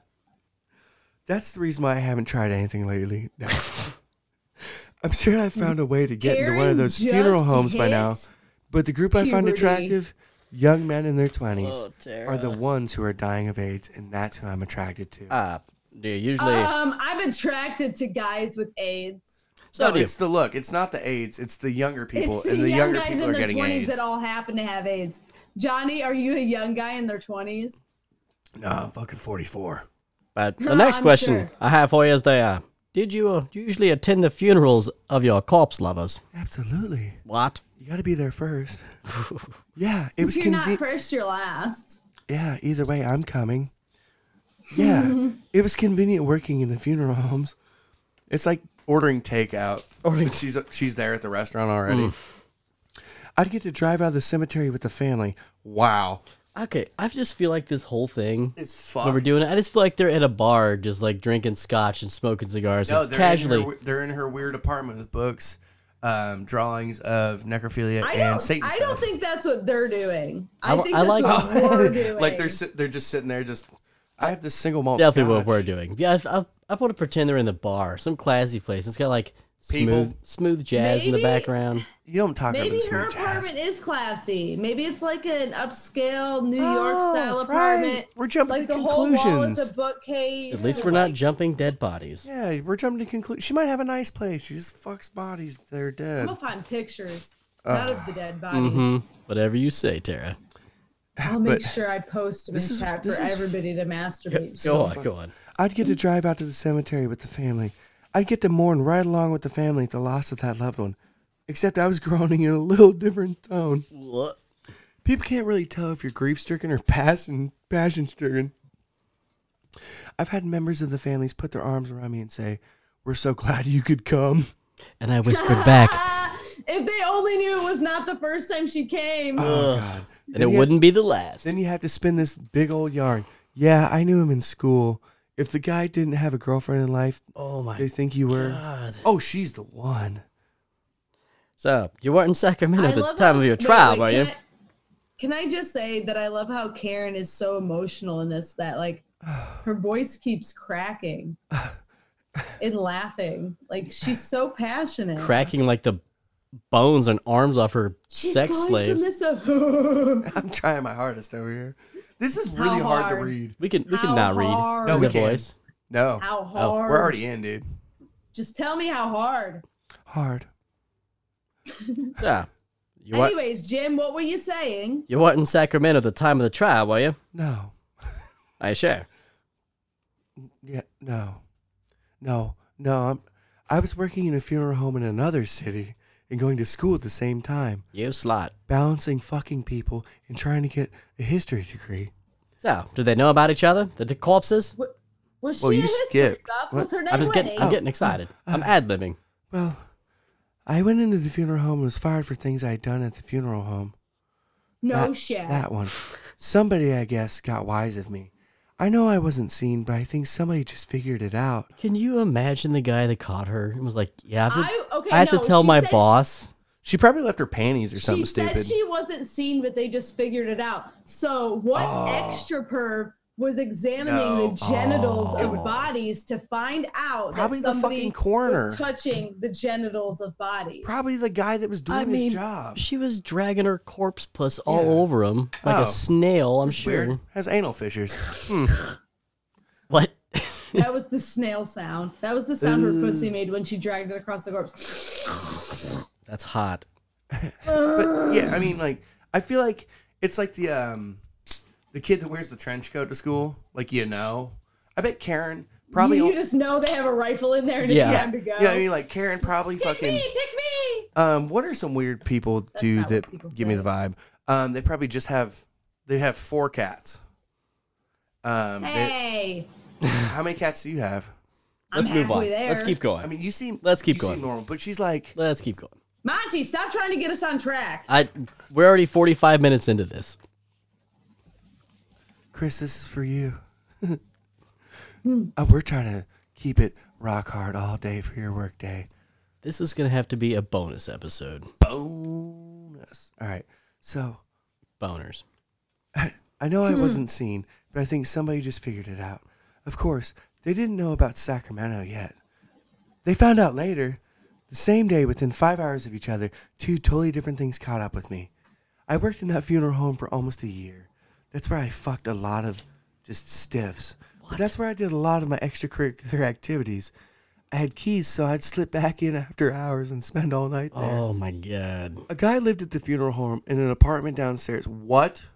That's the reason why I haven't tried anything lately. No. (laughs) I'm sure I found a way to get into one of Karen those funeral just homes by now, hit But the group I find Puberty. attractive, young men in their 20s, Oh, Tara. are the ones who are dying of AIDS, and that's who I'm attracted to. Ah, dude, usually. Um, I'm attracted to guys with AIDS. so no, do you. it's the look. It's not the AIDS. It's the younger people, it's the and the young younger guys people in are their getting 20s AIDS. that all happen to have AIDS. Johnny, are you a young guy in their 20s? No, I'm fucking 44. But the next I'm question sure. I have for you is there. Did you uh, usually attend the funerals of your corpse lovers? Absolutely. What? You got to be there (laughs) first. yeah, it was If you're convenient. not first, you're last. yeah, either way, I'm coming. (laughs) Yeah, it was convenient working in the funeral homes. It's like ordering takeout. Ordering- She's she's there at the restaurant already. I'd get to drive out of the cemetery with the family. Wow, Okay, I just feel like this whole thing it's when we're fucked. doing it, I just feel like they're at a bar, just like drinking scotch and smoking cigars, No, like, they're casually. In her, they're in her weird apartment with books, um, drawings of necrophilia I and don't, Satan I stuff. don't think that's what they're doing. I, I- think I that's like- what (laughs) we're doing. like they're sit, they're just sitting there. Just I have this single malt. Definitely what scotch. we're doing. Yeah, I, I, I want to pretend they're in the bar, some classy place. It's got like People. smooth, smooth jazz in Maybe- the background. You don't talk about Maybe this her much ass. apartment is classy. Maybe it's like an upscale New York Oh, style right. apartment. We're jumping like to the whole wall is conclusions. a bookcase. At least we're not jumping dead bodies. Yeah, we're jumping to conclusion. She might have a nice place. She just fucks bodies. They're I'm dead. gonna find pictures, Uh, not of the dead bodies. mm-hmm. Hmm, whatever you say, Tara. I'll make sure I post them in This is- chat this for is- everybody to masturbate. Go on, go on. I'd get to drive out to the cemetery with the family. I'd get to mourn right along with the family at the loss of that loved one. Except I was (laughs) groaning in a little different tone. What? People can't really tell if you're grief stricken or passion passion stricken. I've had members of the families put their arms around me and say, We're so glad you could come. And I whispered back, Ah, if they only knew it was not the first time she came. Oh god. and it wouldn't be the last. Then you have to spin this big old yarn. Yeah, I knew him in school. If the guy didn't have a girlfriend in life, Oh my they think you were. God. Oh, she's the one. (laughs) So you weren't in Sacramento I at the love time how- of your wait, trial, wait, were you? Can I, can I just say that I love how Karen is so emotional in this that like her voice keeps (sighs) cracking and laughing. Like she's so passionate. Cracking like the bones and arms off her She's sex going from slaves. this to- I'm trying my hardest over here. This is really hard. to hard? read. We can we How can not read hard? No, the we can. voice. No, (laughs) how Oh, hard. we're already in, dude. Just tell me how hard. Hard. So you weren't Anyways, Jim, what were you saying? you weren't in Sacramento at the time of the trial, were you? No. I sure. Yeah. No. No. No. I'm. I was working in a funeral home in another city and going to school at the same time, You slot. balancing fucking people and trying to get a history degree. So do they know about each other? The, the corpses? What, was she Well, a you history skipped. buff? What? What's her name? I'm just Winnie? getting I'm getting excited. I'm ad libbing. Well, I went into the funeral home and was fired for things I had done at the funeral home. no that, shit. That one. Somebody, I guess, got wise of me. I know I wasn't seen, but I think somebody just figured it out. Can you imagine the guy that caught her and was like, Yeah, I have to, I- okay, I have no, to tell she my said she- boss. She probably left her panties or she said she wasn't seen, but they just figured it out. So what extra perv was examining Oh. No. the genitals Oh. of bodies to find out Probably the that somebody fucking coroner. was touching the genitals of bodies? probably the guy that was doing his Oh. job. she was dragging her corpse puss all over him like Oh. a snail. I'm sure. Weird. Has anal fissures. What? that was the snail sound. That was the sound her pussy made when she dragged it across the corpse. That's hot. but yeah, I mean, like, I feel like it's like the um, the kid that wears the trench coat to school. Like, you know, I bet Karen probably. you, you o- just know they have a rifle in there and Yeah. it's time to go. you know what I mean? Like Karen probably pick fucking me, pick me. Um, what are some weird people do not what that people give me say. the vibe? Um, they probably just have they have four cats. Um, they- Hey, how many cats do you have? I'm Let's move on. halfway there. Let's keep going. I mean, you seem Let's keep you going. Seem normal, but she's like, Let's keep going. Monty, stop trying to get us on track. I we're already 45 minutes into this. Chris, this is (laughs) for you. Hmm. Uh, we're trying to keep it rock hard all day for your work day. This is gonna have to be a bonus episode. Bonus. All right. So Boners. I know I wasn't seen, but I think somebody just figured it out. Of course, they didn't know about Sacramento yet. They found out later. The same day, within five hours of each other, two totally different things caught up with me. I worked in that funeral home for almost a year. That's where I fucked a lot of just stiffs. But that's where I did a lot of my extracurricular (laughs) activities. I had keys, so I'd slip back in after hours and spend all night there. Oh my god. A guy lived at the funeral home in an apartment downstairs. What?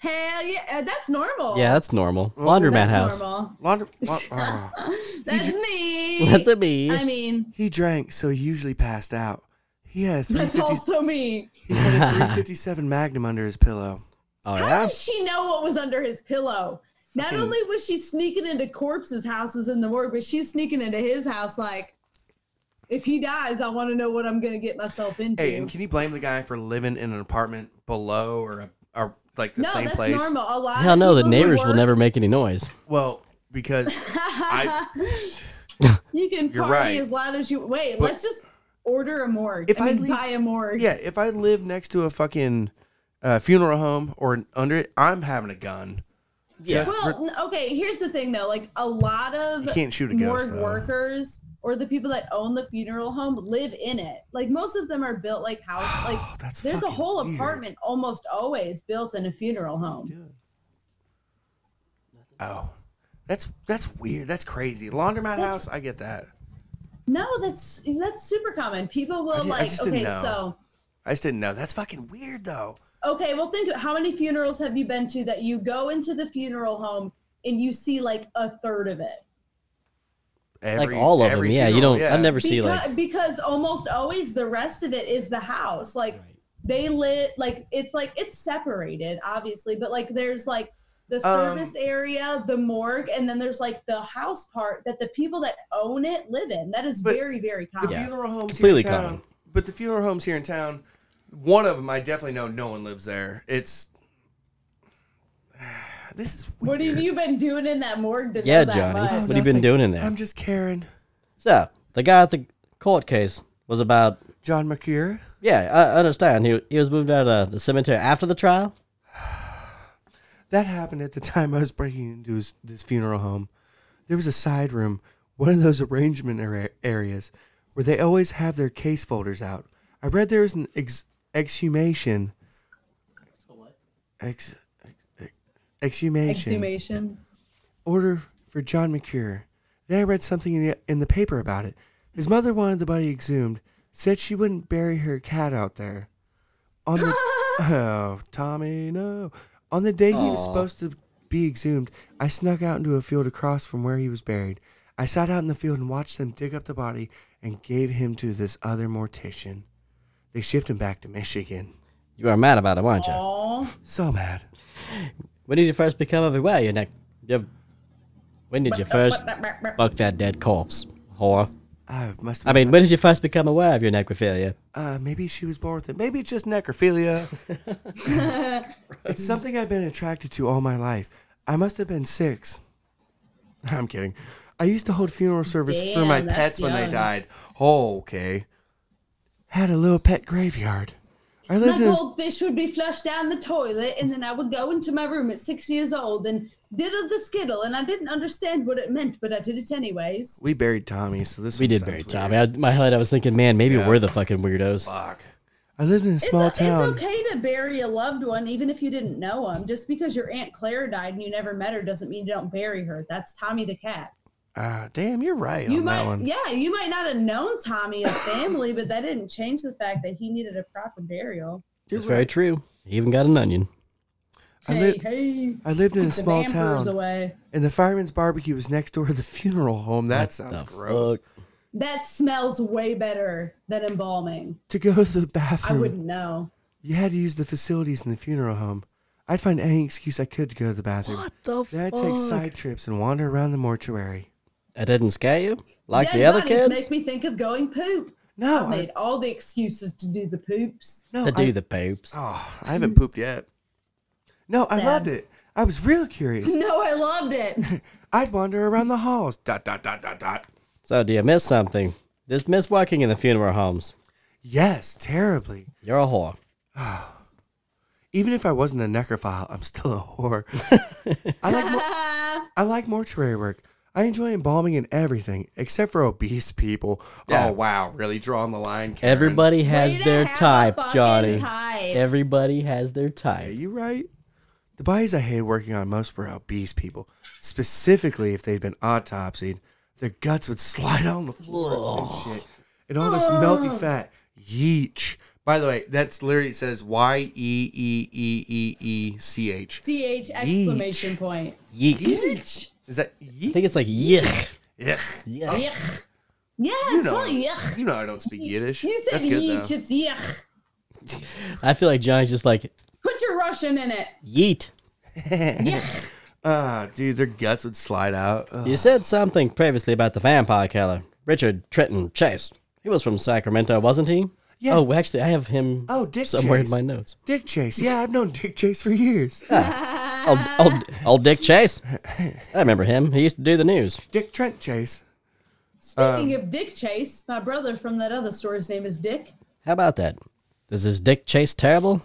Hell yeah, uh, that's normal. Yeah, that's normal. Laundromat that's house. normal. Launder- la- ah. That's (laughs) me. That's a me. I mean, He drank, so he usually passed out. He had a that's 350, also me. he had a 357 Magnum under his pillow. oh How yeah. did she know what was under his pillow? Not Fucking- only was she sneaking into corpses' houses in the morgue, but she's sneaking into his house. Like, if he dies, I want to know what I'm going to get myself into. Hey, and can you blame the guy for living in an apartment below or a, or like the no, same that's place? normal. A lot. Hell of no, the people who neighbors will work- (laughs) never make any noise. Well, because I You can You're party right. as loud as you. Wait, let's just order a morgue. If If I I, mean, leave- buy a morgue. yeah, if I live next to a fucking uh, funeral home or an- under it, I'm having a gun. Yeah. Just for- Well, n- okay. Here's the thing, though. Like a lot of You can't shoot a ghost, morgue though. workers or the people that own the funeral home live in it. Like most of them are built like (gasps) house. Like Oh, that's there's a fucking whole weird. apartment almost always built in a funeral home. Oh, that's that's weird. That's crazy. Laundromat That's- house. I get that. No, that's that's super common. People will I ju- I like. just didn't Okay, know. so I just didn't know. That's fucking weird though. okay. Well, think how many funerals have you been to that you go into the funeral home and you see like a third of it. Every, like all of them. every Yeah, you funeral, don't. I've never see because, like. because almost always the rest of it is the house like they lit like it's like it's separated obviously but like there's like the Um, service area the morgue and then there's like the house part that the people that own it live in that is But very very The common funeral homes Completely here in town. common. But the funeral homes here in town, one of them I definitely know no one lives there. It's (sighs) this is weird. what have you been doing in that morgue to Yeah, know that Johnny. much? What have you been doing in there? I'm just Karen. So the guy at the court case was about. John McCure. Yeah, I I understand. He he was moved out of the cemetery after the trial. That happened at the time I was breaking into his, this funeral home. There was a side room, one of those arrangement ar- areas, where they always have their case folders out. I read there was an ex- exhumation. Ex- ex- ex- exhumation exhumation order for John McCure. Then I read something in the, in the paper about it. His mother wanted the body exhumed, said she wouldn't bury her cat out there. On the oh, Tommy, no. On the day he was supposed to be exhumed, I snuck out into a field across from where he was buried. I sat out in the field and watched them dig up the body and gave him to this other mortician. They shipped him back to Michigan. You are mad about it, weren't you? oh So mad. When did you first become aware? You neck. You. When did you first buck that dead corpse, whore? I must. I Have mean, when did you first become aware of your necrophilia? uh, maybe she was born with it. Maybe it's just necrophilia. it's something I've been attracted to all my life. I must have been six. (laughs) I'm kidding. I used to hold funeral service for Damn, my that's pets when they young. died. Oh, okay. Had a little pet graveyard. I my lived in. a s- goldfish would be flushed down the toilet, and then I would go into my room at six years old and diddle the skittle, and I didn't understand what it meant, but I did it anyways. we buried Tommy, so this We one did sounds bury weird. Tommy. I, my head, I was thinking, man, maybe we're the fucking weirdos. Fuck. I lived in a small it's, town. it's okay to bury a loved one, even if you didn't know him. Just because your aunt Claire died and you never met her doesn't mean you don't bury her. That's Tommy the cat. Ah, damn, you're right You on that might, one. yeah, you might not have known Tommy his family, but that didn't change the fact that he needed a proper burial. You're It's very true. He even got an onion. I Hey, lit- hey, I lived in a keep the small vampires town, Away. and the fireman's barbecue was next door to the funeral home. That sounds the gross. fuck? That smells way better than embalming. To go to the I bathroom, wouldn't know. you had to use the facilities in the funeral home. I'd find any excuse I could to go to the bathroom. What the then I'd take side trips and wander around the mortuary. It didn't scare you like Dead the other bodies kids Oh, make me think of going poop. No, I made I, all the excuses to do the poops. (laughs) no, to do I, the poops. oh, I haven't pooped yet. No, I Sad. loved it. I was real (laughs) curious. No, I loved it. I'd wander around the halls. Dot dot dot dot dot. So do you miss something? Just miss working in the funeral homes. Yes, terribly. You're a whore. Even if I (laughs) wasn't a necrophile, I'm still a whore. I like mo- I like mortuary work. I enjoy embalming and everything except for obese people. Yeah. Oh wow, really drawing the line. Karen. Everybody has Way to their have a type, fucking Johnny. type. Everybody has their Are type. you right? The bodies I hated working on most were obese people. Specifically, if they'd been autopsied, their guts would slide on the floor and shit. And all this melty fat. Yeech. By the way, that's literally it says Y E E E E E C H. CH exclamation point. Yeek. Yeech. Is that I yeech? think it's like yuck. Yuck. Yuck. Yuck. Yeah, You it's know, funny. Yuck. you know I don't speak Yiddish. You said that's good, yeech, though. it's yuck. I feel like Johnny's just like Put your Russian (laughs) in it. yeet. Yuck. Ah, dude, their guts would slide out. Ugh. You said something previously about the vampire killer, Richard Trenton Chase. He was from Sacramento, wasn't he? Yeah. Oh, actually, I have him Oh, Dick somewhere Chase. in my notes. Dick Chase. Yeah, I've known Dick Chase for years. (laughs) Old, old, old Dick Chase. I remember him. He used to do the news. Dick Trent Chase. Um, Speaking of Dick Chase, my brother from that other store's name is Dick. How about that? Is this Dick Chase terrible?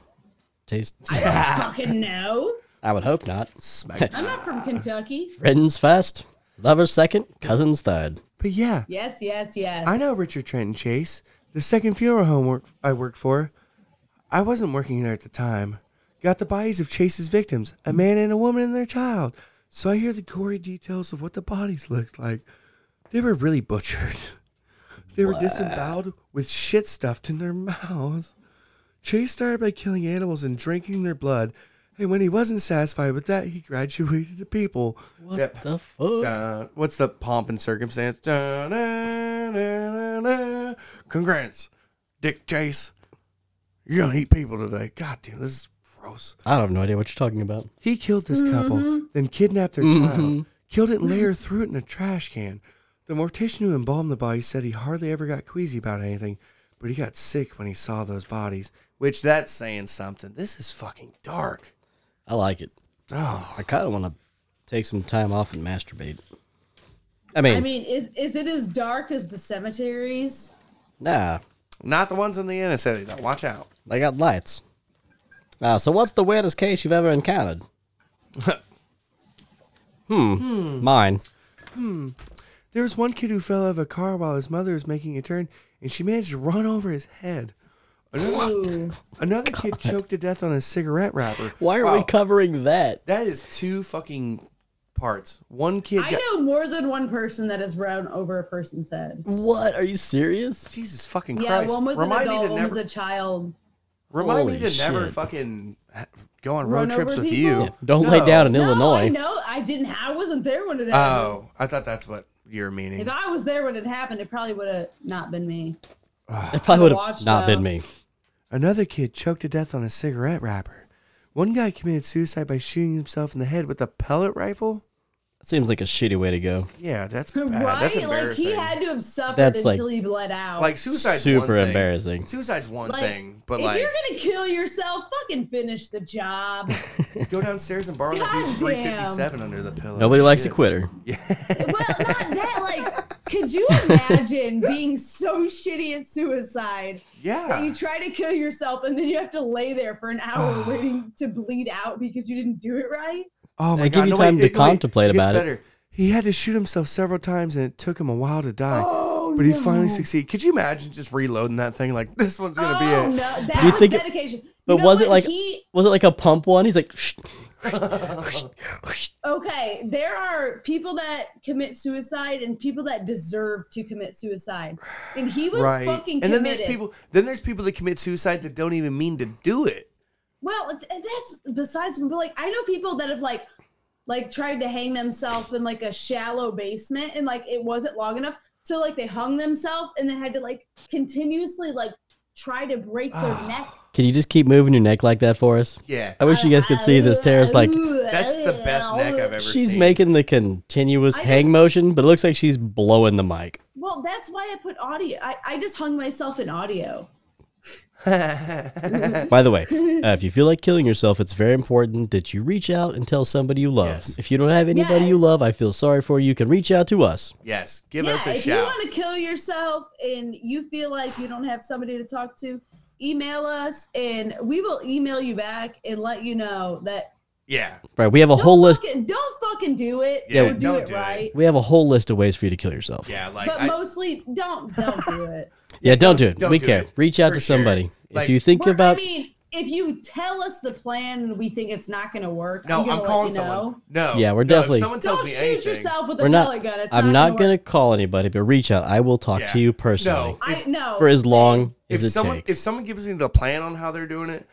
Taste. (laughs) Fucking no. I would hope not. (laughs) Smack. I'm not from Kentucky. Friends first, lovers second, cousins third. but yeah, Yes, yes, yes. I know Richard Trenton Chase, the second funeral home work I work for. I wasn't working there at the time. Got the bodies of Chase's victims, a man and a woman and their child. So I hear the gory details of what the bodies looked like. They were really butchered. (laughs) They were disemboweled with shit stuffed in their (laughs) mouths. Chase started by killing animals and drinking their blood, and when he wasn't satisfied with that, he graduated to people. What The fuck? Dun, uh, what's the pomp and circumstance? Dun, na, na, na, na. Congrats, Dick Chase. You're gonna eat people today. God damn, this is gross. I have no idea what you're talking about. He killed this couple, then kidnapped their child, killed it, and later threw it in a trash can. The mortician who embalmed the body said he hardly ever got queasy about anything, but he got sick when he saw those bodies. Which that's saying something. This is fucking dark. I like it. Oh, I kind of want to take some time off and masturbate. I mean, I mean, is is it as dark as the cemeteries? nah, not the ones in the inner city though. Watch out. they got lights. Uh, so, what's the weirdest case you've ever (laughs) encountered? hmm. Mine. There was one kid who fell out of a car while his mother was making a turn, and she managed to run over his head. Another, another kid choked to death on a cigarette wrapper. Why are we Wow, covering that? that is two fucking parts. One kid. I got- know more than one person that has run over a person's head. What? Are you serious? Jesus fucking Yeah, Christ! one was an remind me adult, to one was never. a child. Remind me Holy to never shit. fucking ha- go on Run road trips over with people? you. Yeah, Don't lay No. down in No, I Illinois. know. I didn't. I wasn't there when it happened. Oh, I thought that's what you're meaning. If I was there when it happened, it probably would have not been me. It probably would have Watch, not though. been me. Another kid choked to death on a cigarette wrapper. One guy committed suicide by shooting himself in the head with a pellet rifle. Seems like a shitty way to go. (laughs) Yeah, that's bad. right? That's like embarrassing. he had to have suffered That's like- until he bled out. Like suicide's one Super thing. embarrassing. Suicide's one Like, thing, but if like you're gonna kill yourself, fucking finish the (laughs) job. go downstairs and borrow the God dude's damn. 357 under the pillow. Nobody likes a Shit. quitter. well, not that. Like, could you imagine being so shitty at suicide that Yeah. you try to kill yourself and then you have to lay there for an (sighs) hour waiting to bleed out because you didn't do it right? Oh They give you time to contemplate gets about it. better. He had to shoot himself several times and it took him a while to die. Oh, but he finally no. succeeded. Could you imagine just reloading that thing like this one's going to oh be no, it? that you was think it- dedication. You But know was it what? like he? was it like a pump one? He's like, Shh. Okay, there are people that commit suicide and people that deserve to commit suicide, and he was Right. fucking committed. and then there's people then there's people that commit suicide that don't even mean to do it. Well, th- that's besides, but like I know people that have like, like tried to hang themselves in like a shallow basement, and like it wasn't long enough, so like they hung themselves and they had to like continuously like try to break (sighs) their neck. Can you just keep moving your neck like that for us? Yeah. I wish you guys could see this. Tara's like, That's the best neck I've ever seen. she's making the continuous I hang motion, but it looks like she's blowing the mic. Well, that's why I put audio. I, I just hung myself in audio. By the way, uh, if you feel like killing yourself, it's very important that you reach out and tell somebody you love. Yes. If you don't have anybody you Yes. love, I feel sorry for you. You can reach out to us. (laughs) Yes. Give yeah, us a if shout. you want to kill yourself and you feel like you don't have somebody to talk to, email us and we will email you back and let you know that Yeah. Right. We have a whole list. Fucking, don't fucking do it. Yeah, or do don't it do it. right. We have a whole list of ways for you to kill yourself. Yeah. Like But I, mostly, don't don't do it. Yeah, don't, do it. don't we do care. it. Reach out For to somebody. sure. Like- if you (laughs) think Or, I about mean, if you tell us the plan and we think it's not going to work, no, I'm, gonna I'm let calling you someone. know. No. Yeah, we're no, if definitely- someone tells Don't me shoot anything. yourself with a we're not pellet gun. It's I'm not gonna gonna call anybody, but reach out. I will talk Yeah. to you personally No. work. if- I no. for as same. long if as it someone takes. if someone gives me the plan on how they're doing it,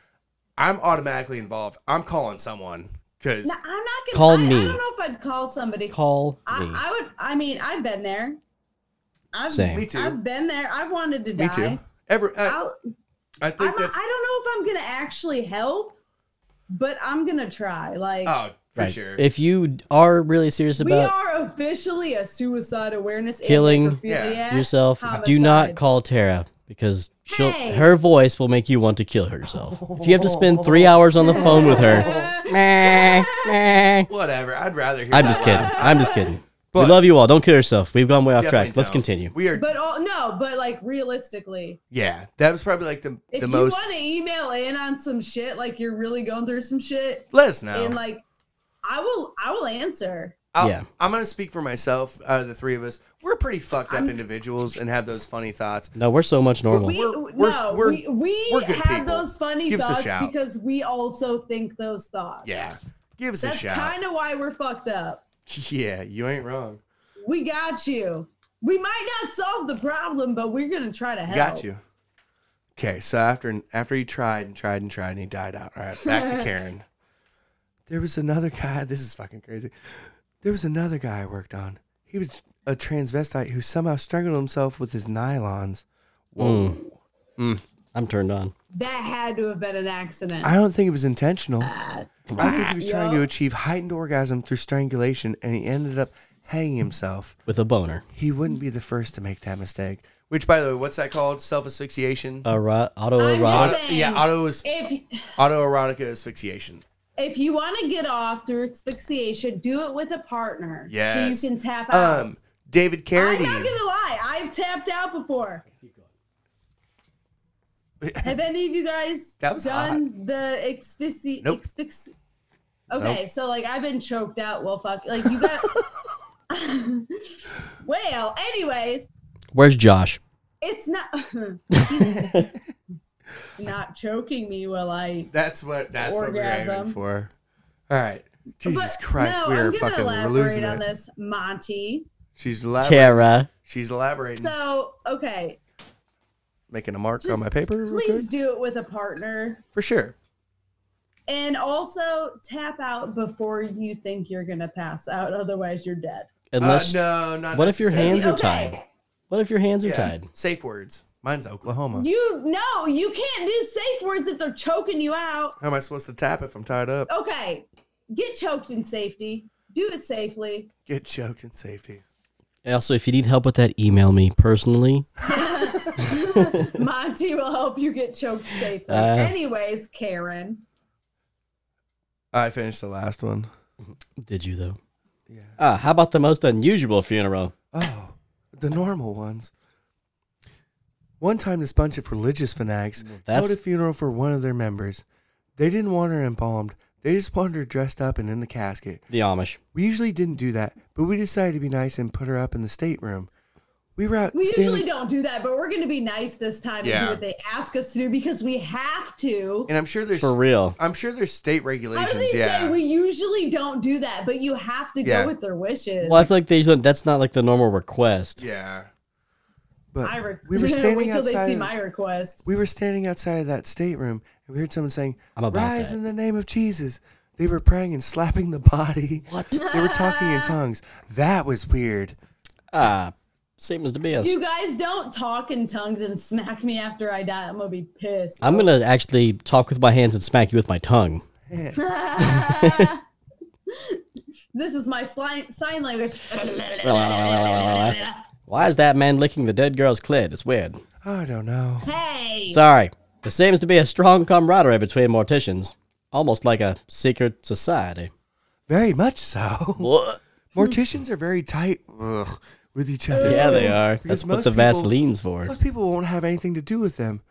I'm automatically involved. I'm calling someone because No, I'm not gonna (laughs) Call I, me. I don't know if I'd call somebody. Call I, me. I would. I mean, I've been there. I've, Same. Me too. I've been there. I've wanted to me die. too. Every I, I'll, I I'm think not, that's I don't know if I'm gonna actually help, but I'm gonna try. Like oh for Right. sure. If you are really serious we about are officially a suicide awareness and Killing necrophiliac yourself, do homicide. not call Tara because she'll Hey. her voice will make you want to kill herself. if you have to spend three hours on the phone (laughs) with her, meh, meh. Whatever. I'd rather hear. I'm just that. kidding. I'm just kidding. we But- love you all. Don't kill yourself. We've gone way off Definitely track. Let's don't. continue. We are. But all, no, but like realistically, yeah, that was probably like the if the you most. want to email in on some shit, like you're really going through some shit, Let us know. and like I will, I will answer. I'll, Yeah. I'm gonna speak for myself. Out of the three of us, we're pretty fucked up I'm- individuals and have those funny thoughts. No, we're so much normal. We We're- we're- no, we're- we we we're good have people. those funny Give us a thoughts shout. because we also think those thoughts. Yeah, give us a that's shout. kind of why we're fucked up. (laughs) yeah, you ain't wrong. We got you. We might not solve the problem, but we're gonna try to help. Got you. Okay, so after after he tried and tried and tried and he died out. All right, back to Karen. There was another guy. (laughs) This is fucking crazy. There was another guy I worked on. He was a transvestite who somehow strangled himself with his nylons. Whoa. I'm turned on. That had to have been an accident. I don't think it was intentional. I think he was trying to Yup. achieve heightened orgasm through strangulation, and he ended up hanging himself. With a boner. He wouldn't be the first to make that mistake. Which, by the way, what's that called? Self asphyxiation. Ero- I'm autoerotic. just yeah, saying, auto is if autoerotic asphyxiation. if you want to get off through asphyxiation, do it with a partner. Yes. So you can tap out. Um, David I'm not Carradine. gonna lie, I've tapped out before. Have any of you guys (laughs) That was done the asphyxi- Nope. asphyx- Okay, so like I've been choked out. Well, fuck. Like you (laughs) got. well, anyways, Where's Josh? it's (laughs) not (laughs) not choking me while I. That's what. That's what we're aiming Orgasm. for. All right. Jesus But Christ, no, we I'm are gonna fucking we're elaborate losing on it. this, Monty. She's elaborating. Tara. She's elaborating. So okay, Making a mark on just my paper. real please quick. do it with a partner, For sure. and also tap out before you think you're gonna pass out. Otherwise, you're dead. Unless uh, no, not. what if your necessarily. hands are tied? What if your hands are Yeah. tied? Safe words. Mine's Oklahoma. You no, you can't do safe words if they're choking you out. How am I supposed to tap if I'm tied up? Okay, get choked in safety. Do it (laughs) safely. Get choked in safety. Also, if you need help with that, email me personally. Monty will help you get choked safely. Uh. Anyways, Karen. I finished the last one. Did you though? Yeah. Ah, how about the most unusual funeral? Oh, the normal ones. One time, this bunch of religious fanatics that's- held a funeral for one of their members. They didn't want her embalmed. They just wanted her dressed up and in the casket. The Amish. We usually didn't do that, but we decided to be nice and put her up in the stateroom. We were out We usually standing, don't do that, but we're going to be nice this time Yeah. and do what they ask us to do because we have to. and I'm sure there's For real. I'm sure there's state How do regulations. they yeah, say we usually don't do that, but you have to Yeah. go with their wishes? Well, I feel like they, that's not like the normal request. yeah. But I re- we were (laughs) standing wait till outside. they see of- my request. We were standing outside of that stateroom and we heard someone saying, I'm about Rise that. in the name of Jesus. They were praying and slapping the body. What? (laughs) they were talking in tongues. That was weird. Ah, same as the best. You guys don't talk in tongues and smack me after I die. I'm gonna be Uh, pissed. I'm gonna actually talk with my hands and smack you with my tongue. this is my sli- sign language. Why is that man licking the dead girl's clit? It's weird. I don't know. hey, Sorry. There seems to be a strong camaraderie between morticians, almost like a secret society. Very (laughs) much so. What? Morticians are very tight ugh, with each other. Yeah, they are. Because That's what most the people- Vaseline's for. Most people won't have anything to do with them.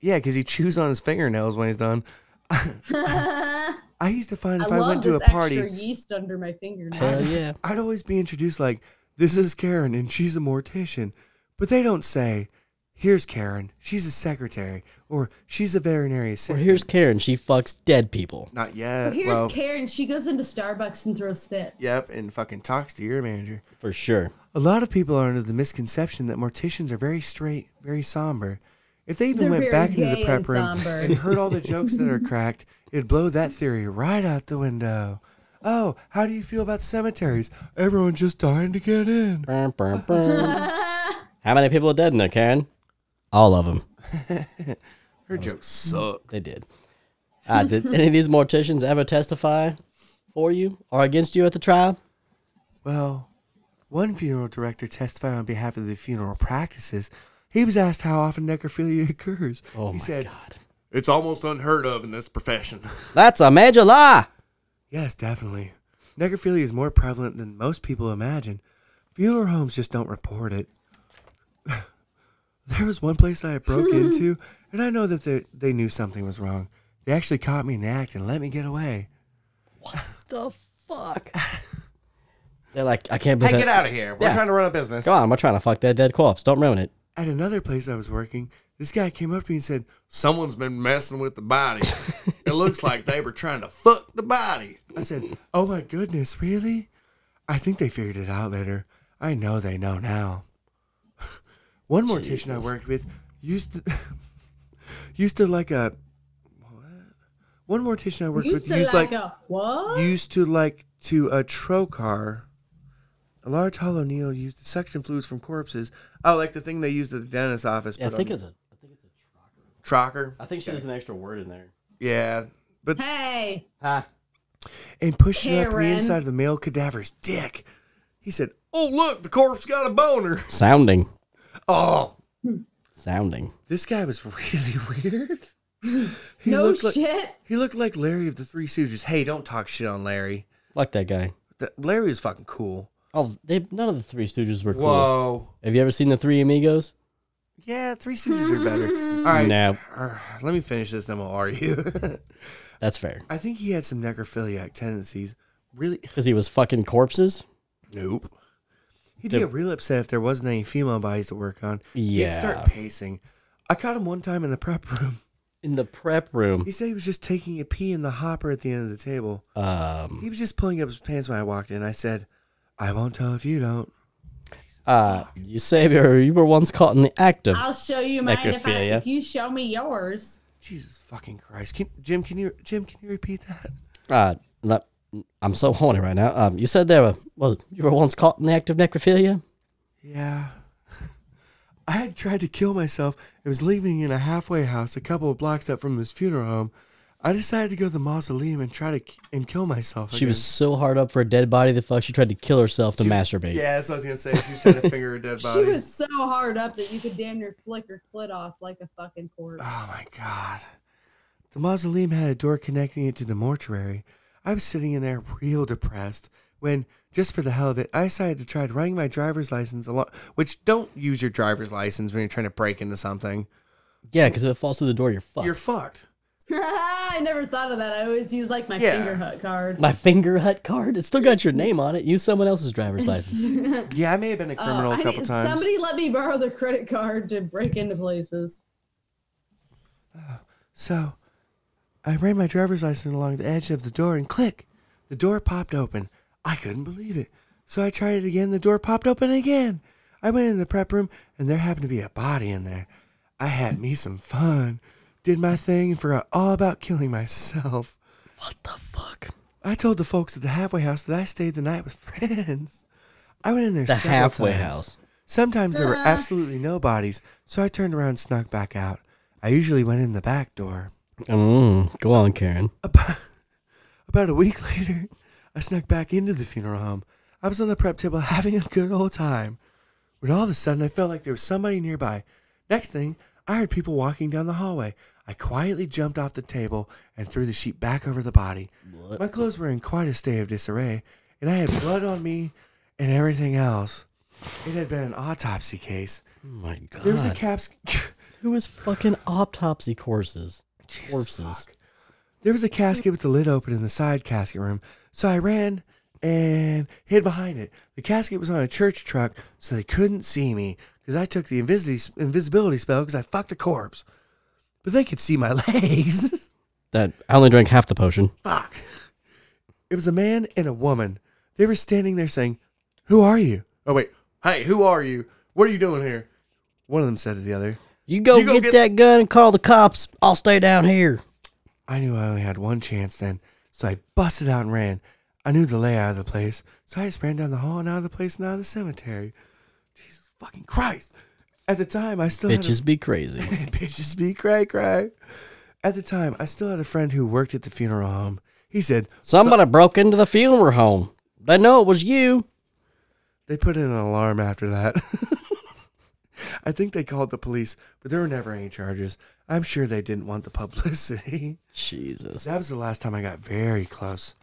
Yeah, because he chews on his fingernails when he's done. (laughs) I used to find if I I, love went to a this party, extra yeast under my fingernail. Hell yeah. I'd always be introduced like, "This is Karen, and she's a mortician," but they don't say, "Here's Karen, she's a secretary," or "She's a veterinary Or assistant." here's Karen. She fucks dead people. not yet. Well, Here's well, Karen. She goes into Starbucks and throws spit. Yep, and fucking talks to your manager. For sure. A lot of people are under the misconception that morticians are very straight, very somber. If they even They're went very back into gay the prep and room somber. and (laughs) heard all the jokes that are cracked, it'd blow that theory right out the window. Oh, how do you feel about cemeteries? Everyone just dying to get in. Brum, brum, brum. How many people are dead in there, Karen? All of them. Her jokes suck. They did. Uh, did any of these morticians ever testify for you or against you at the trial? Well, one funeral director testified on behalf of the funeral practices. He was asked how often necrophilia (laughs) occurs. Oh he my said, god. It's almost unheard of in this profession. (laughs) That's a major lie. Yes, definitely. Necrophilia is more prevalent than most people imagine. Funeral homes just don't report it. (laughs) there was one place that I (laughs) broke into, and I know that they, they knew something was wrong. They actually caught me in the act and let me get away. The fuck. (laughs) They're like, I can't believe that. out of here. We're Yeah. trying to run a business. Come on, we're trying to fuck that dead corpse. Don't ruin it. At another place I was working, this guy came up to me and said, Someone's been messing with the body. it looks like they were trying to fuck the body. I said, Oh my goodness, really? I think they figured it out later. I know they know now. (laughs) One mortician I Jesus. worked with used to, (laughs) used to like a. What? One mortician I worked Used with to used like, like a what? used to like to a trocar. A large hollow needle used to suction fluids from corpses. Oh, like the thing they used at the dentist's office. Yeah, I but think on- it's a. I think it's a. trocker. I think she has an extra word in there. Yeah, but hey, Ha. and pushed it up in the Karen. inside of the male cadaver's dick. He said, "Oh look, the corpse got a boner." Sounding. Oh, Sounding. this guy was (laughs) really weird. He no looked like, shit. He looked like Larry of the Three Stooges. Hey, don't talk shit on Larry. Like that guy. Th- Larry was fucking cool. Oh, they, none of the Three Stooges were cool. Whoa. Have you ever seen the Three Amigos? Yeah, Three Stooges are better. All right. No, Uh, let me finish this, then we'll argue. (laughs) that's fair. I think he had some necrophiliac tendencies. Really? Because he was fucking corpses. Nope. He'd get real upset if there wasn't any female bodies to work on. He'd Yeah. start pacing. I caught him one time in the prep room. (laughs) In the prep room. He said he was just taking a pee in the hopper at the end of the table. Um. He was just pulling up his pants when I walked in. I said, I won't tell if you don't. Uh. You say you were- you were once caught in the act of. I'll show you mine if, I, Necrophilia. if you show me yours. Jesus fucking Christ. Can, Jim, can you Jim, can you repeat that? Uh. le- I'm so (laughs) horny right now. Um. You said there were. Well, you were once caught in the act of necrophilia. Yeah. (laughs) I had tried to kill myself and was living in a halfway house a couple of blocks up from his funeral home. I decided to go to the mausoleum and try to k- and kill myself. She was so hard up for a dead body. The fuck, she tried to kill herself to masturbate. Yeah, that's what I was gonna say. She was trying to finger a dead (laughs) body. She was so hard up that you could damn near flick her clit off like a fucking corpse. Oh my god. The mausoleum had a door connecting it to the mortuary. I was sitting in there real depressed when, just for the hell of it, I decided to try running my driver's license along. Which don't use your driver's license when you're trying to break into something. Yeah, because if it falls through the door, you're fucked. You're fucked. (laughs) I never thought of that. I always use like my Yeah. finger hut card. My finger hut card. It's still got your name on it. Use someone (laughs) else's driver's license. Yeah, I may have been a Oh, criminal I a couple need- times. Somebody let me borrow the credit card to break into places. So I ran my driver's license along the edge of the door and click, the door popped open. I couldn't believe it. So I tried it again, the door popped open again. I went in the prep room and there happened to be a body in there. I had me some fun, did my thing, and forgot all about killing myself. What the fuck? I told the folks at the halfway house that I stayed the night with (laughs) friends. I went in there The several halfway times. house. Sometimes there were absolutely no bodies, so I turned around and snuck back out. I usually went in the back door. Mm, go on, Karen. About, (laughs) about a week (laughs) later, I snuck back into the funeral home. I was on the prep table having a good old time when all of a sudden I felt like there was somebody nearby. Next thing, I heard people walking down the hallway. I quietly jumped off the table and threw the sheet back over the body. My clothes were in quite a state of disarray, and I had blood on me and everything else. It had been an autopsy case. Oh my god. There was a caps. (laughs) Who is fucking autopsy courses? Corpses. fuck. There was a casket with the lid open in the side casket room, so I ran and hid behind it. The casket was on a church truck, so they couldn't see me because I took the invisi- invisibility spell because I fucked a corpse. But they could see my (laughs) legs. That I only drank half the potion. Fuck. It was a man and a woman. They were standing there saying, Who are you? Oh, wait. Hey, who are you? What are you doing here? One of them said to the other, You go, You go get, get- that gun and call the cops. I'll stay down here. I knew I only had one chance then, so I busted out and ran. I knew the layout of the place, so I just ran down the hall and out of the place and out of the cemetery. Jesus fucking Christ. At the time, I still Bitches be crazy. had a, (laughs) bitches be cray cray. At the time, I still had a friend who worked at the funeral home. He said Somebody broke into the funeral home. They know it was you. they put in an alarm after that. (laughs) I think they called the police, but there were never any charges. I'm sure they didn't want the publicity. (laughs) Jesus. That was the last time I got very close.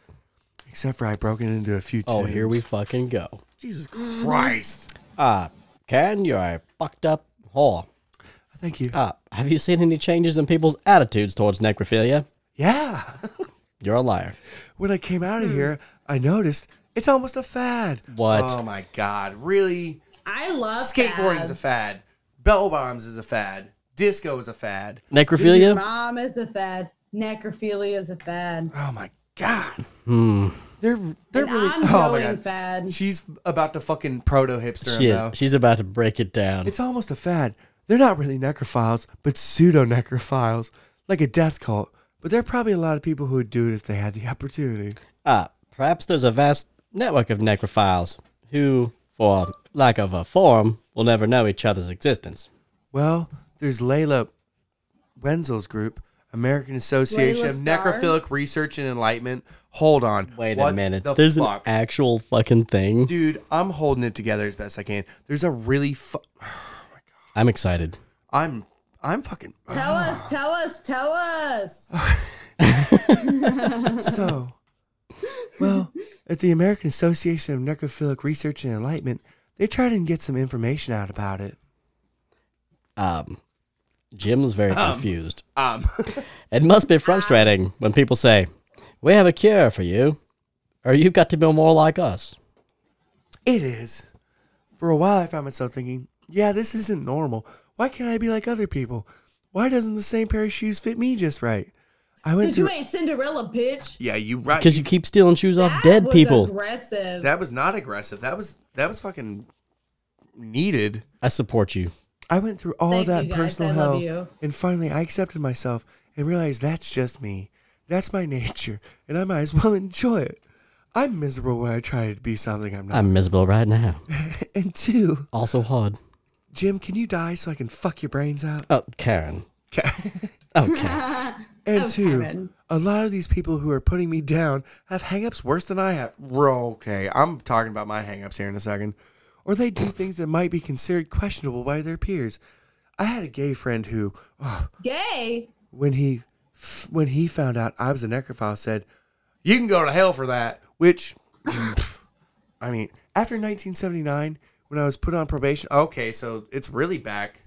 Except for I broke it into a few Oh, here tubes. we fucking go. Jesus Mm-hmm. Christ. Uh, Ken, you're a fucked up whore. Thank you. Uh, have you seen any changes in people's attitudes towards necrophilia? yeah. (laughs) You're a liar. when I came Hmm. out of here, I noticed it's almost a fad. What? Oh my God. Really? I love Skateboarding's a fads. fad. Bell bombs is a fad. Disco is a fad. Necrophilia? Mom is a fad. Necrophilia is a fad. Oh my God. Hmm. They're they're An really ongoing Oh my God. fad. She's about to fucking proto hipster him Shit, though. she's about to break it down. It's almost a fad. They're not really necrophiles, but pseudo necrophiles, like a death cult. But there are probably a lot of people who would do it if they had the opportunity. Uh, perhaps there's a vast network of necrophiles who, for lack of a forum, will never know each other's existence. Well, there's Layla Wenzel's group, American Association Layla of Starr? Necrophilic Research and Enlightenment. Hold on. Wait What a minute. The there's fuck? an actual fucking thing. Dude, I'm holding it together as best I can. There's a really fu- I'm excited. I'm I'm fucking Tell Ah. us, tell us, tell us. (laughs) So, well, at the American Association of Necrophilic Research and Enlightenment, they tried and get some information out about it. Um, Jim's very confused. Um, It must be frustrating when people say, We have a cure for you, or you've got to be more like us. it is. For a while, I found myself thinking, yeah, this isn't normal. Why can't I be like other people? Why doesn't the same pair of shoes fit me just right? I went Cause you through. ain't Cinderella, bitch. yeah, you right. Because you keep stealing shoes off That dead was people. Aggressive. that was not aggressive. That was that was fucking needed. I support you. I went through all Thank that you, guys. personal I love hell, you. and finally I accepted myself and realized that's just me. That's my (laughs) nature, and I might as well enjoy it. I'm miserable when I try to be something I'm not. I'm miserable right now. and two, Also hard. Jim, can you die so I can fuck your brains out? Oh, Karen. Okay. Okay. and Oh, two, Karen. a lot of these people who are putting me down have hangups worse than I have. Well, okay, I'm talking about my hangups here in a second. Or they do things that might be considered questionable by their peers. I had a gay friend who, oh, Gay. when he when he found out I was a necrophile, said, "You can go to hell for that." Which, pff, I mean, after 1979, when I was put on probation, okay, so it's really back.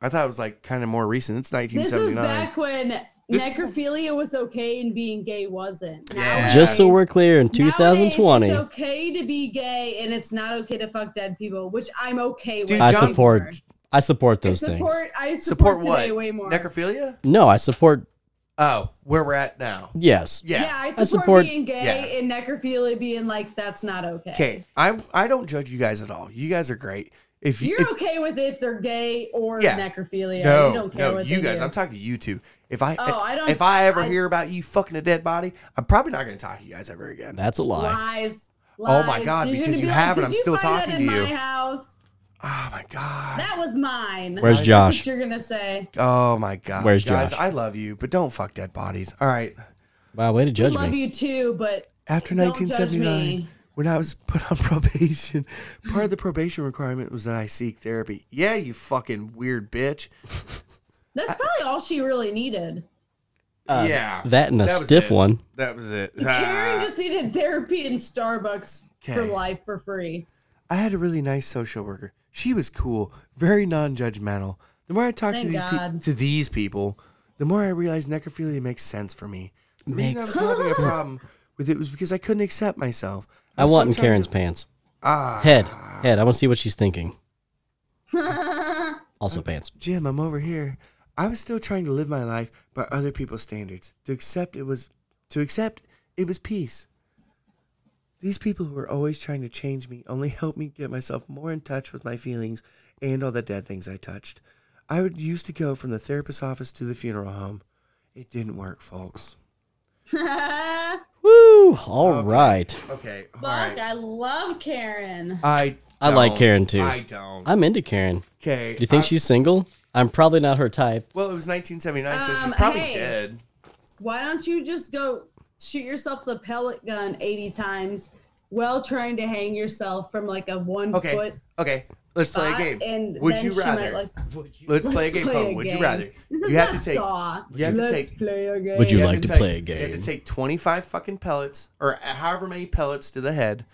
I thought it was like kind of more recent. It's This was 1979. back when This- necrophilia was okay and being gay wasn't. Yeah. Just so we're clear, in Nowadays, 2020, it's okay to be gay and it's not okay to fuck dead people, which I'm okay with. Dude, I John- support I support those things. support, I support, Support today what? way more. Necrophilia? No, I support Oh, where we're at now. yes. yeah, Yeah. I, support support- being gay Yeah. and necrophilia being like that's not okay. Okay, I I don't judge you guys at all. You guys are great. If You're if, okay with if they're gay or Yeah. necrophilia. No, you don't care no, what you they guys. do. I'm talking to you two. If I, Oh, I don't- if I ever I- hear about you fucking a dead body, I'm probably not going to talk to you guys ever again. That's a lie. lies. Oh my lies. God, You're because gonna you be have it, "Did I'm you still find talking that to in you." My house. Oh my god. That was mine. Where's That's Josh? what you're gonna say. Oh my god. Where's guys, Josh? I love you, but don't fuck dead bodies. All right. Wow, way to I judge love me. you too, but After Don't judge 1979, me. when I was put on (laughs) probation, part of the probation requirement was that I seek therapy. Yeah, you fucking weird bitch. that's probably all she really needed. yeah. Uh, That and a That was stiff it. one. That was it. Ah. Ah. Karen just needed therapy and Starbucks for Okay. life for free. (laughs) I had a really nice social worker. She was cool, very non-judgmental. The more I talked Thank to these God. people, to these people, the more I realized necrophilia makes sense for me. The reason Makes I was having a problem with it was because I couldn't accept myself. I was want so in tired Karen's of- pants. Ah, Head. Head. I want to see what she's thinking. That's Also pants. Jim, I'm over here. I was still trying to live my life by other people's standards. To accept it was to accept it was peace. These people who are always trying to change me only (laughs) help me get myself more in touch with my feelings and all the dead things I touched. I would used to go from the therapist's office to the funeral home. It didn't work, folks. Woo! All right. Okay. All Fuck, I love Karen. I I like don't. Karen, too. I don't. I'm into Karen. Okay. Do you think I- she's single? I'm probably not her type. Well, it was 1979, so she's Um, probably hey. dead. Why don't you just go shoot yourself the pellet gun 80 times while trying to hang yourself from like a one Okay. foot Okay. Let's play a spot, game. And Would then you she might, rather? like, (laughs) Let's, play a let's game called Would You game. Rather. This is you have not to take. Saw. you have to Let's take- play a game. Would you have like to take- play a You have to game? take 25 fucking pellets or however many pellets to the head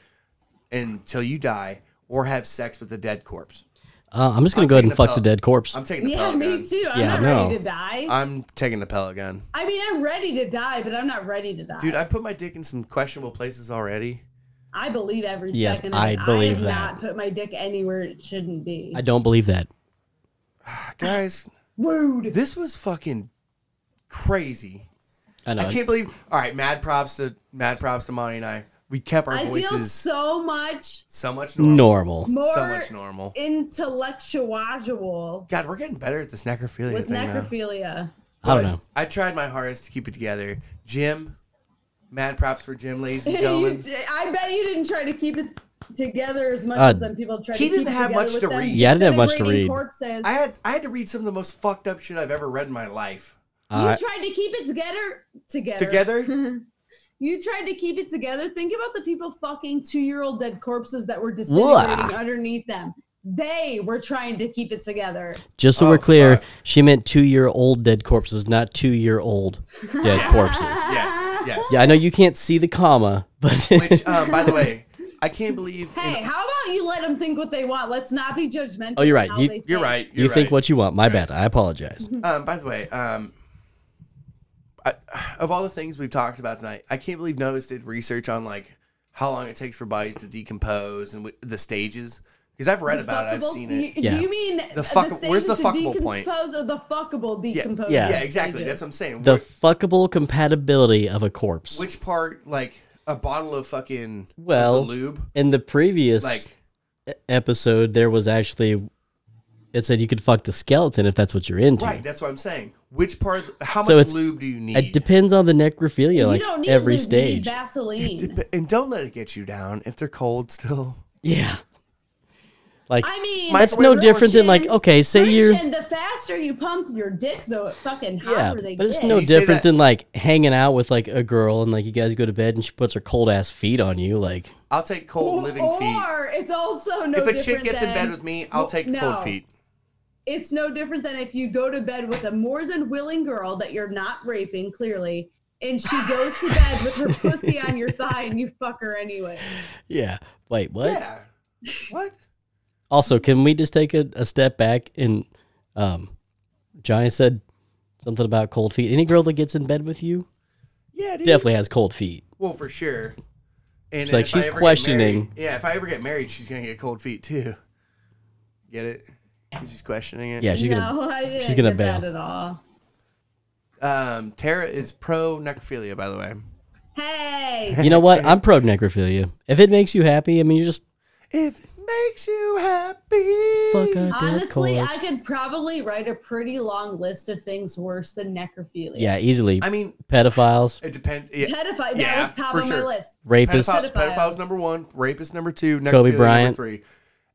until you die or have sex with a dead corpse. Uh, I'm just gonna I'm go ahead and taking a fuck the pill. dead corpse. I'm taking the Yeah, pellet me gun. too. I'm Yeah, not no. ready to die. I, I'm taking the pellet gun. mean, I'm ready to die, but I'm not ready to die. Dude, I put my dick in some questionable places already. I believe every Yes, second. I of it. believe I have that. Not put my dick anywhere it shouldn't be. I don't believe that. Guys, Rude. this was fucking crazy. I know. I can't believe. All right, mad props to mad props to Monty and I. We kept our I feel voices so, so much much normal, normal. more so much normal. intellectual God, we're getting better at this necrophilia with thing now. necrophilia. (laughs) I But don't know. I tried my hardest to keep it together. Jim, mad props for Jim, ladies and You- (laughs) gentlemen. I bet you didn't try to keep it together as much Uh, as some people tried. to he keep didn't it have together much with to them read. Yeah, I didn't have much to disintegrating read. Corpses. I had I had to read some of the most fucked up shit I've ever read in (laughs) my life. you I, tried to keep it together. Together. Together, You tried to keep it together. Think about the people fucking two-year-old dead corpses that were disintegrating Wah. underneath them. They were trying to keep it together. just so Oh, we're clear, fuck. she meant two-year-old dead corpses, not two-year-old (laughs) dead corpses. yes, yes. (laughs) Yeah, I know you can't see the comma, but (laughs) Which, um, by the way, I can't believe. in- Hey, how about you let them think what they want? Let's not be judgmental. Oh, you're right. of how You- they think. you're right. You're you think right. what you want. My bad. I apologize. Um, by the way, um, I, (sighs) of all the things we've talked about tonight, I can't believe Notice did research on like how long it takes for bodies to decompose and w- the stages. Because I've read about it, I've Fuckables? seen You- it. Do Yeah. you mean The fuck- where's the stages to fuckable point? decompose or the fuckable decomposing? Yeah. Yeah, exactly. That's what I'm saying. The Wh- fuckable compatibility of a corpse. which part, like a bottle of fucking of the Well, lube, In the previous like e- episode, there was actually it said you could fuck the skeleton if that's what you're into. right. That's what I'm saying. Which part? How So much it's- lube do you need? It depends on the necrophilia, You like don't need every lube, you need stage. Vaseline. (laughs) Dep- and don't let it get you down if they're cold still. Yeah. Like I mean, that's no different than like friction- okay, say you're friction, the faster you pump your dick, the fucking yeah, hotter they but it's get. no You say different that- than like hanging out with like a girl and like you guys go to bed and she puts her cold ass feet on you. Like I'll take cold or, living feet. or it's also no If a different chick gets than, in bed with me, I'll take the cold no. feet. it's no different than if you go to bed with a more than willing girl that you're not raping clearly and she goes to bed with her pussy on your thigh and you fuck her anyway yeah, wait, what? Yeah. What? Also, can we just take a, a step back and um, Johnny said something about cold feet. Any girl that gets in bed with you Yeah, dude. definitely has cold feet. Well, for sure. And It's like if she's I ever get questioning- married- yeah, if I ever get married, she's gonna get cold feet too. Get it? 'Cause She's questioning it. Yeah, she's gonna. no i didn't she's gonna get that bail. at all Um, Tara is pro necrophilia, by the way. hey (laughs) You know (laughs) what? I'm pro necrophilia. If it makes you happy, I mean, you just If it makes you happy. fuck a dead honestly corpse. i could probably write a pretty long list of things worse than necrophilia yeah, easily. I mean, Pedophiles, it depends. Yeah. pedophile Yeah, that was top for of my sure. list (laughs) rapists. Pedophiles, Pedophiles. pedophiles number one, rapist number two, necrophilia Bryant. number three.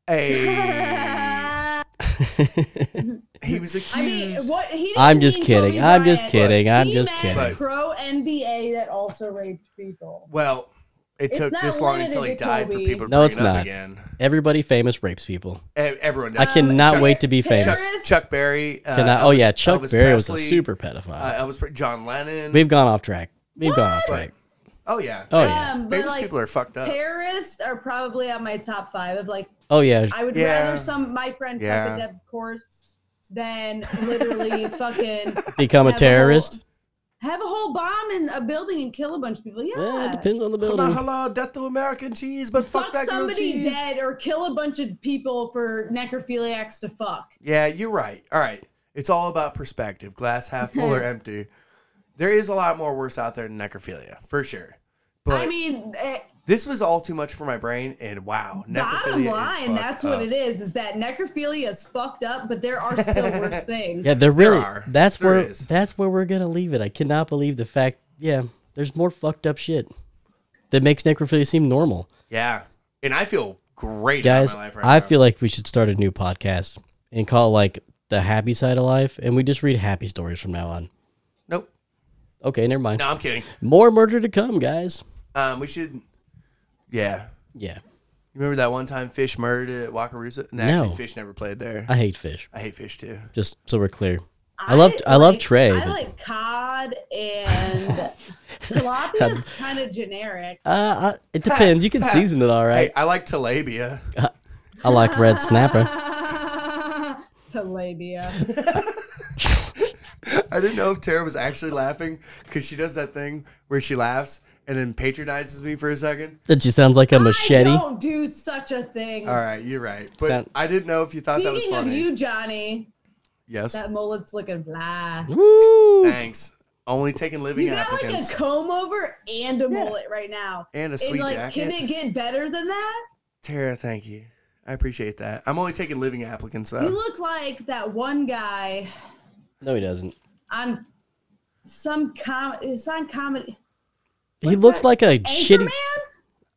Hey, (laughs) he was accused. I mean, what he didn't (laughs) I'm just mean kidding. Kobe I'm just Bryant. kidding. I'm He just meant kidding. Pro NBA that also raped people. Well, it It's took not this long limited until he to died for Kobe. people to No, bring it's it up not. again. Everybody famous rapes people. E- Everyone I Um, does. cannot Chuck- wait to be Terrorist? famous. Chuck, Chuck Berry. Uh, Can I, oh Elvis- yeah, Chuck Elvis Berry was a Presley, super pedophile. Uh, Elvis, Pre- John Lennon. We've gone off track. We've gone off But- track. oh yeah. Oh yeah. Um, but Famous like, people are fucked up. Terrorists are probably on my top five of like Oh yeah. I would Yeah. rather some my friend Yeah. fuck a dead corpse than (laughs) literally fucking Become a have (laughs) terrorist? Whole, have a whole bomb in a building and kill a bunch of people. Yeah. Yeah, it depends on the Hello, building. hello, death to American cheese, but fuck, Fuck that grilled somebody cheese. dead or kill a bunch of people for necrophiliacs to fuck. Yeah, you're right. All right. It's all about perspective, glass half (laughs) full or empty. There is a lot more worse out there than necrophilia, for sure. But I mean, eh, this was all too much for my brain, and wow, necrophilia bottom is line, fucked that's what up. it is, is that necrophilia is fucked up, but there are still (laughs) worse things. Yeah, there really are. that's There where is. that's where we're gonna leave it. I cannot believe the fact yeah, there's more fucked up shit that makes necrophilia seem normal. Yeah, and I feel great Guys, about my life right I now. feel like we should start a new podcast and call it like the happy side of life and we just read happy stories from now on. nope. Okay, never mind. No, I'm kidding. More murder to come, guys. Um, we should. Yeah, Yeah. you remember that one time Fish murdered at Wakarusa? No, actually, No. Fish never played there. I, I hate fish. hate Fish too. Just so we're clear. I, love I love like- Trey. I but, like (laughs) cod and tilapia is kind of generic. uh, I- it (laughs) depends. You can season it all right. Hey, I like tilapia. I like red (laughs) snapper. Uh, Tilapia. I didn't know if Tara was actually laughing because she does that thing where she laughs and then patronizes me for a second. That just sounds like a machete. I don't do such a thing. All right, you're right, but Sound- I didn't know if you thought that was Speaking of funny. you, Johnny, yes, that mullet's looking fly. Woo! thanks. Only taking living You got like a applicants comb over and a mullet right now. and a And sweet like, jacket. can it get better than that? Tara, thank you. I appreciate that. I'm only taking living applicants You though. look like that one guy No, he doesn't. on some com. It's on comedy. he looks that? like a shitty. Anchorman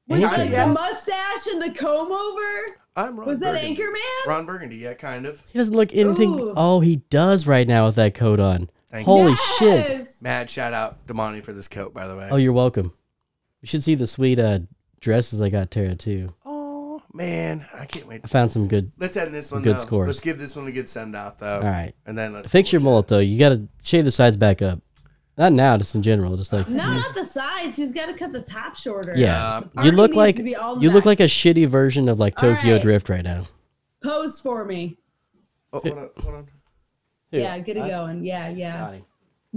with Anchorman. like Yeah. the mustache and the comb over. I'm Ron Was that Burgundy. Anchorman? Ron Burgundy, yeah, kind of. He doesn't look anything. Ooh. Oh, he does right now with that coat on. Thank you. Holy shit! Yes. Mad shout out Damani for this coat, by the way. Oh, you're welcome. You should see the sweet uh, dresses I got Tara too. Oh, man, I can't wait. I found some good. Let's end this one. Good though. scores. Let's give this one a good send off though. All right, And then let's fix your bullshit. mullet though. You gotta shave the sides back up. Not now, just in general. Just like No, not the sides. He's got to cut the top shorter. yeah, Um, you Arnie look needs like to be all in the you look back. like a shitty version of like All Tokyo right. Drift right now. Pose for me. Oh, hold on, hold on. Yeah, get it going. Yeah, yeah.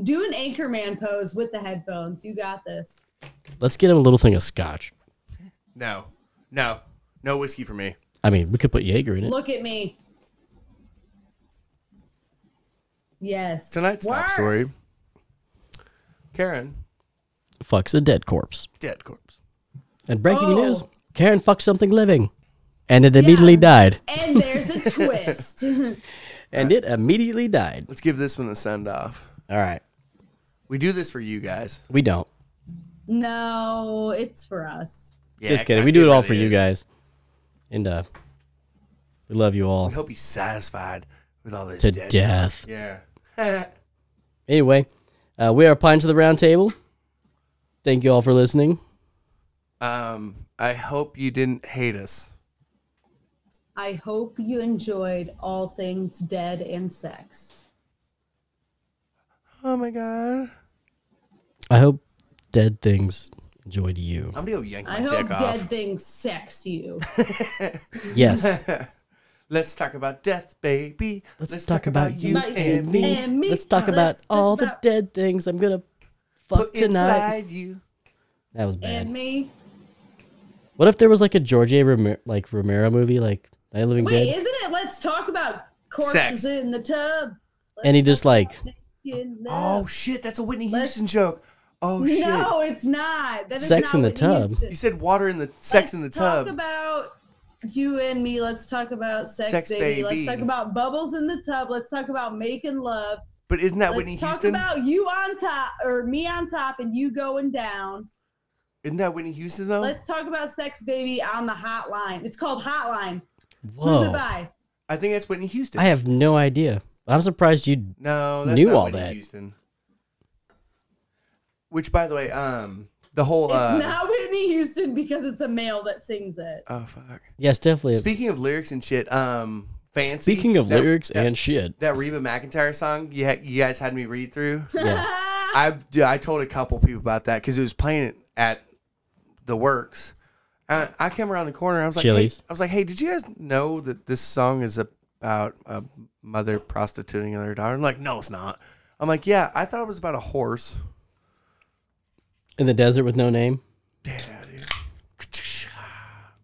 Do an Anchorman pose with the headphones. You got this. Let's get him a little thing of scotch. No, no, no whiskey for me. I mean, we could put Jaeger in it. Look at me. Yes. Tonight's Work. top story. Karen, Fucks a dead corpse. dead corpse. And breaking Oh. news: Karen fucked something living, and it immediately died. And there's a twist. (laughs) And it immediately died. Let's give this one a send off. All right, We do this for you guys. we don't. no, it's for us. Yeah, Just it kidding. kinda- We do it all really for you is. guys, and uh, we love you all We hope you're satisfied with all this to dead death. talk. Yeah. (laughs) Anyway, uh, we are Pines of the Round Table. Thank you all for listening. um, I hope you didn't hate us. I hope you enjoyed all things dead and sex. Oh my god. I hope dead things enjoyed you. I'm gonna go yank my I hope dick dead off. things sex (laughs) you. Yes, Let's talk about death, baby. Let's talk about you About and you me. and me. let's talk about Let's talk all the about- dead things I'm gonna fuck Put tonight. inside you. That was bad. And me. What if there was like a George A. Romero, like Romero movie, like Night of the Living Wait, Dead, isn't it? Let's talk about corpses Sex. in the tub. and he just like In Oh love. shit, that's a Whitney Let's- Houston joke. Oh shit. no, it's not. That is Sex not in the what it tub. used to- You said water in the sex in the Let's talk tub. about you and me. Let's talk about sex, Sex, baby. baby. Let's talk about bubbles in the tub. Let's talk about making love. but isn't that Let's Whitney talk Houston? about you on top or me on top and you going down. isn't that Whitney Houston though? Let's talk about sex, baby, on the hotline. It's called Hotline. Oh, Who's it whoa. by? I think that's Whitney Houston. I have no idea. I'm surprised you. no, that's knew not all Whitney that. Houston. Which by the way, um the whole uh, It's not Whitney Houston because it's a male that sings it. Oh fuck. Yes, definitely. Speaking of lyrics and shit, um fancy Speaking of that- lyrics that, and shit, that Reba McIntyre song you ha- you guys had me read through. yeah, I've dude, I told a couple people about that because it was playing it at the works. I, I came around the corner. I was like, hey, Chili's. I was like, hey, did you guys know that this song is about a mother prostituting her daughter. I'm like, no, it's not. I'm like, yeah, I thought it was about a horse. In the desert with no name. Yeah, dude.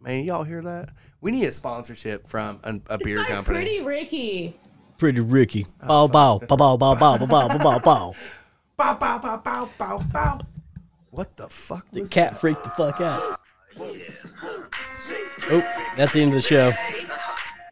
Man, y'all hear that? We need a sponsorship from an, a beer By company. Pretty Ricky. Pretty Ricky. Bow bow bow bow bow bow bow bow bow bow bow. Bow, bow, bow, bow, bow, bow. What the fuck was Cat freaked the fuck out. Oh, that's the end of the show.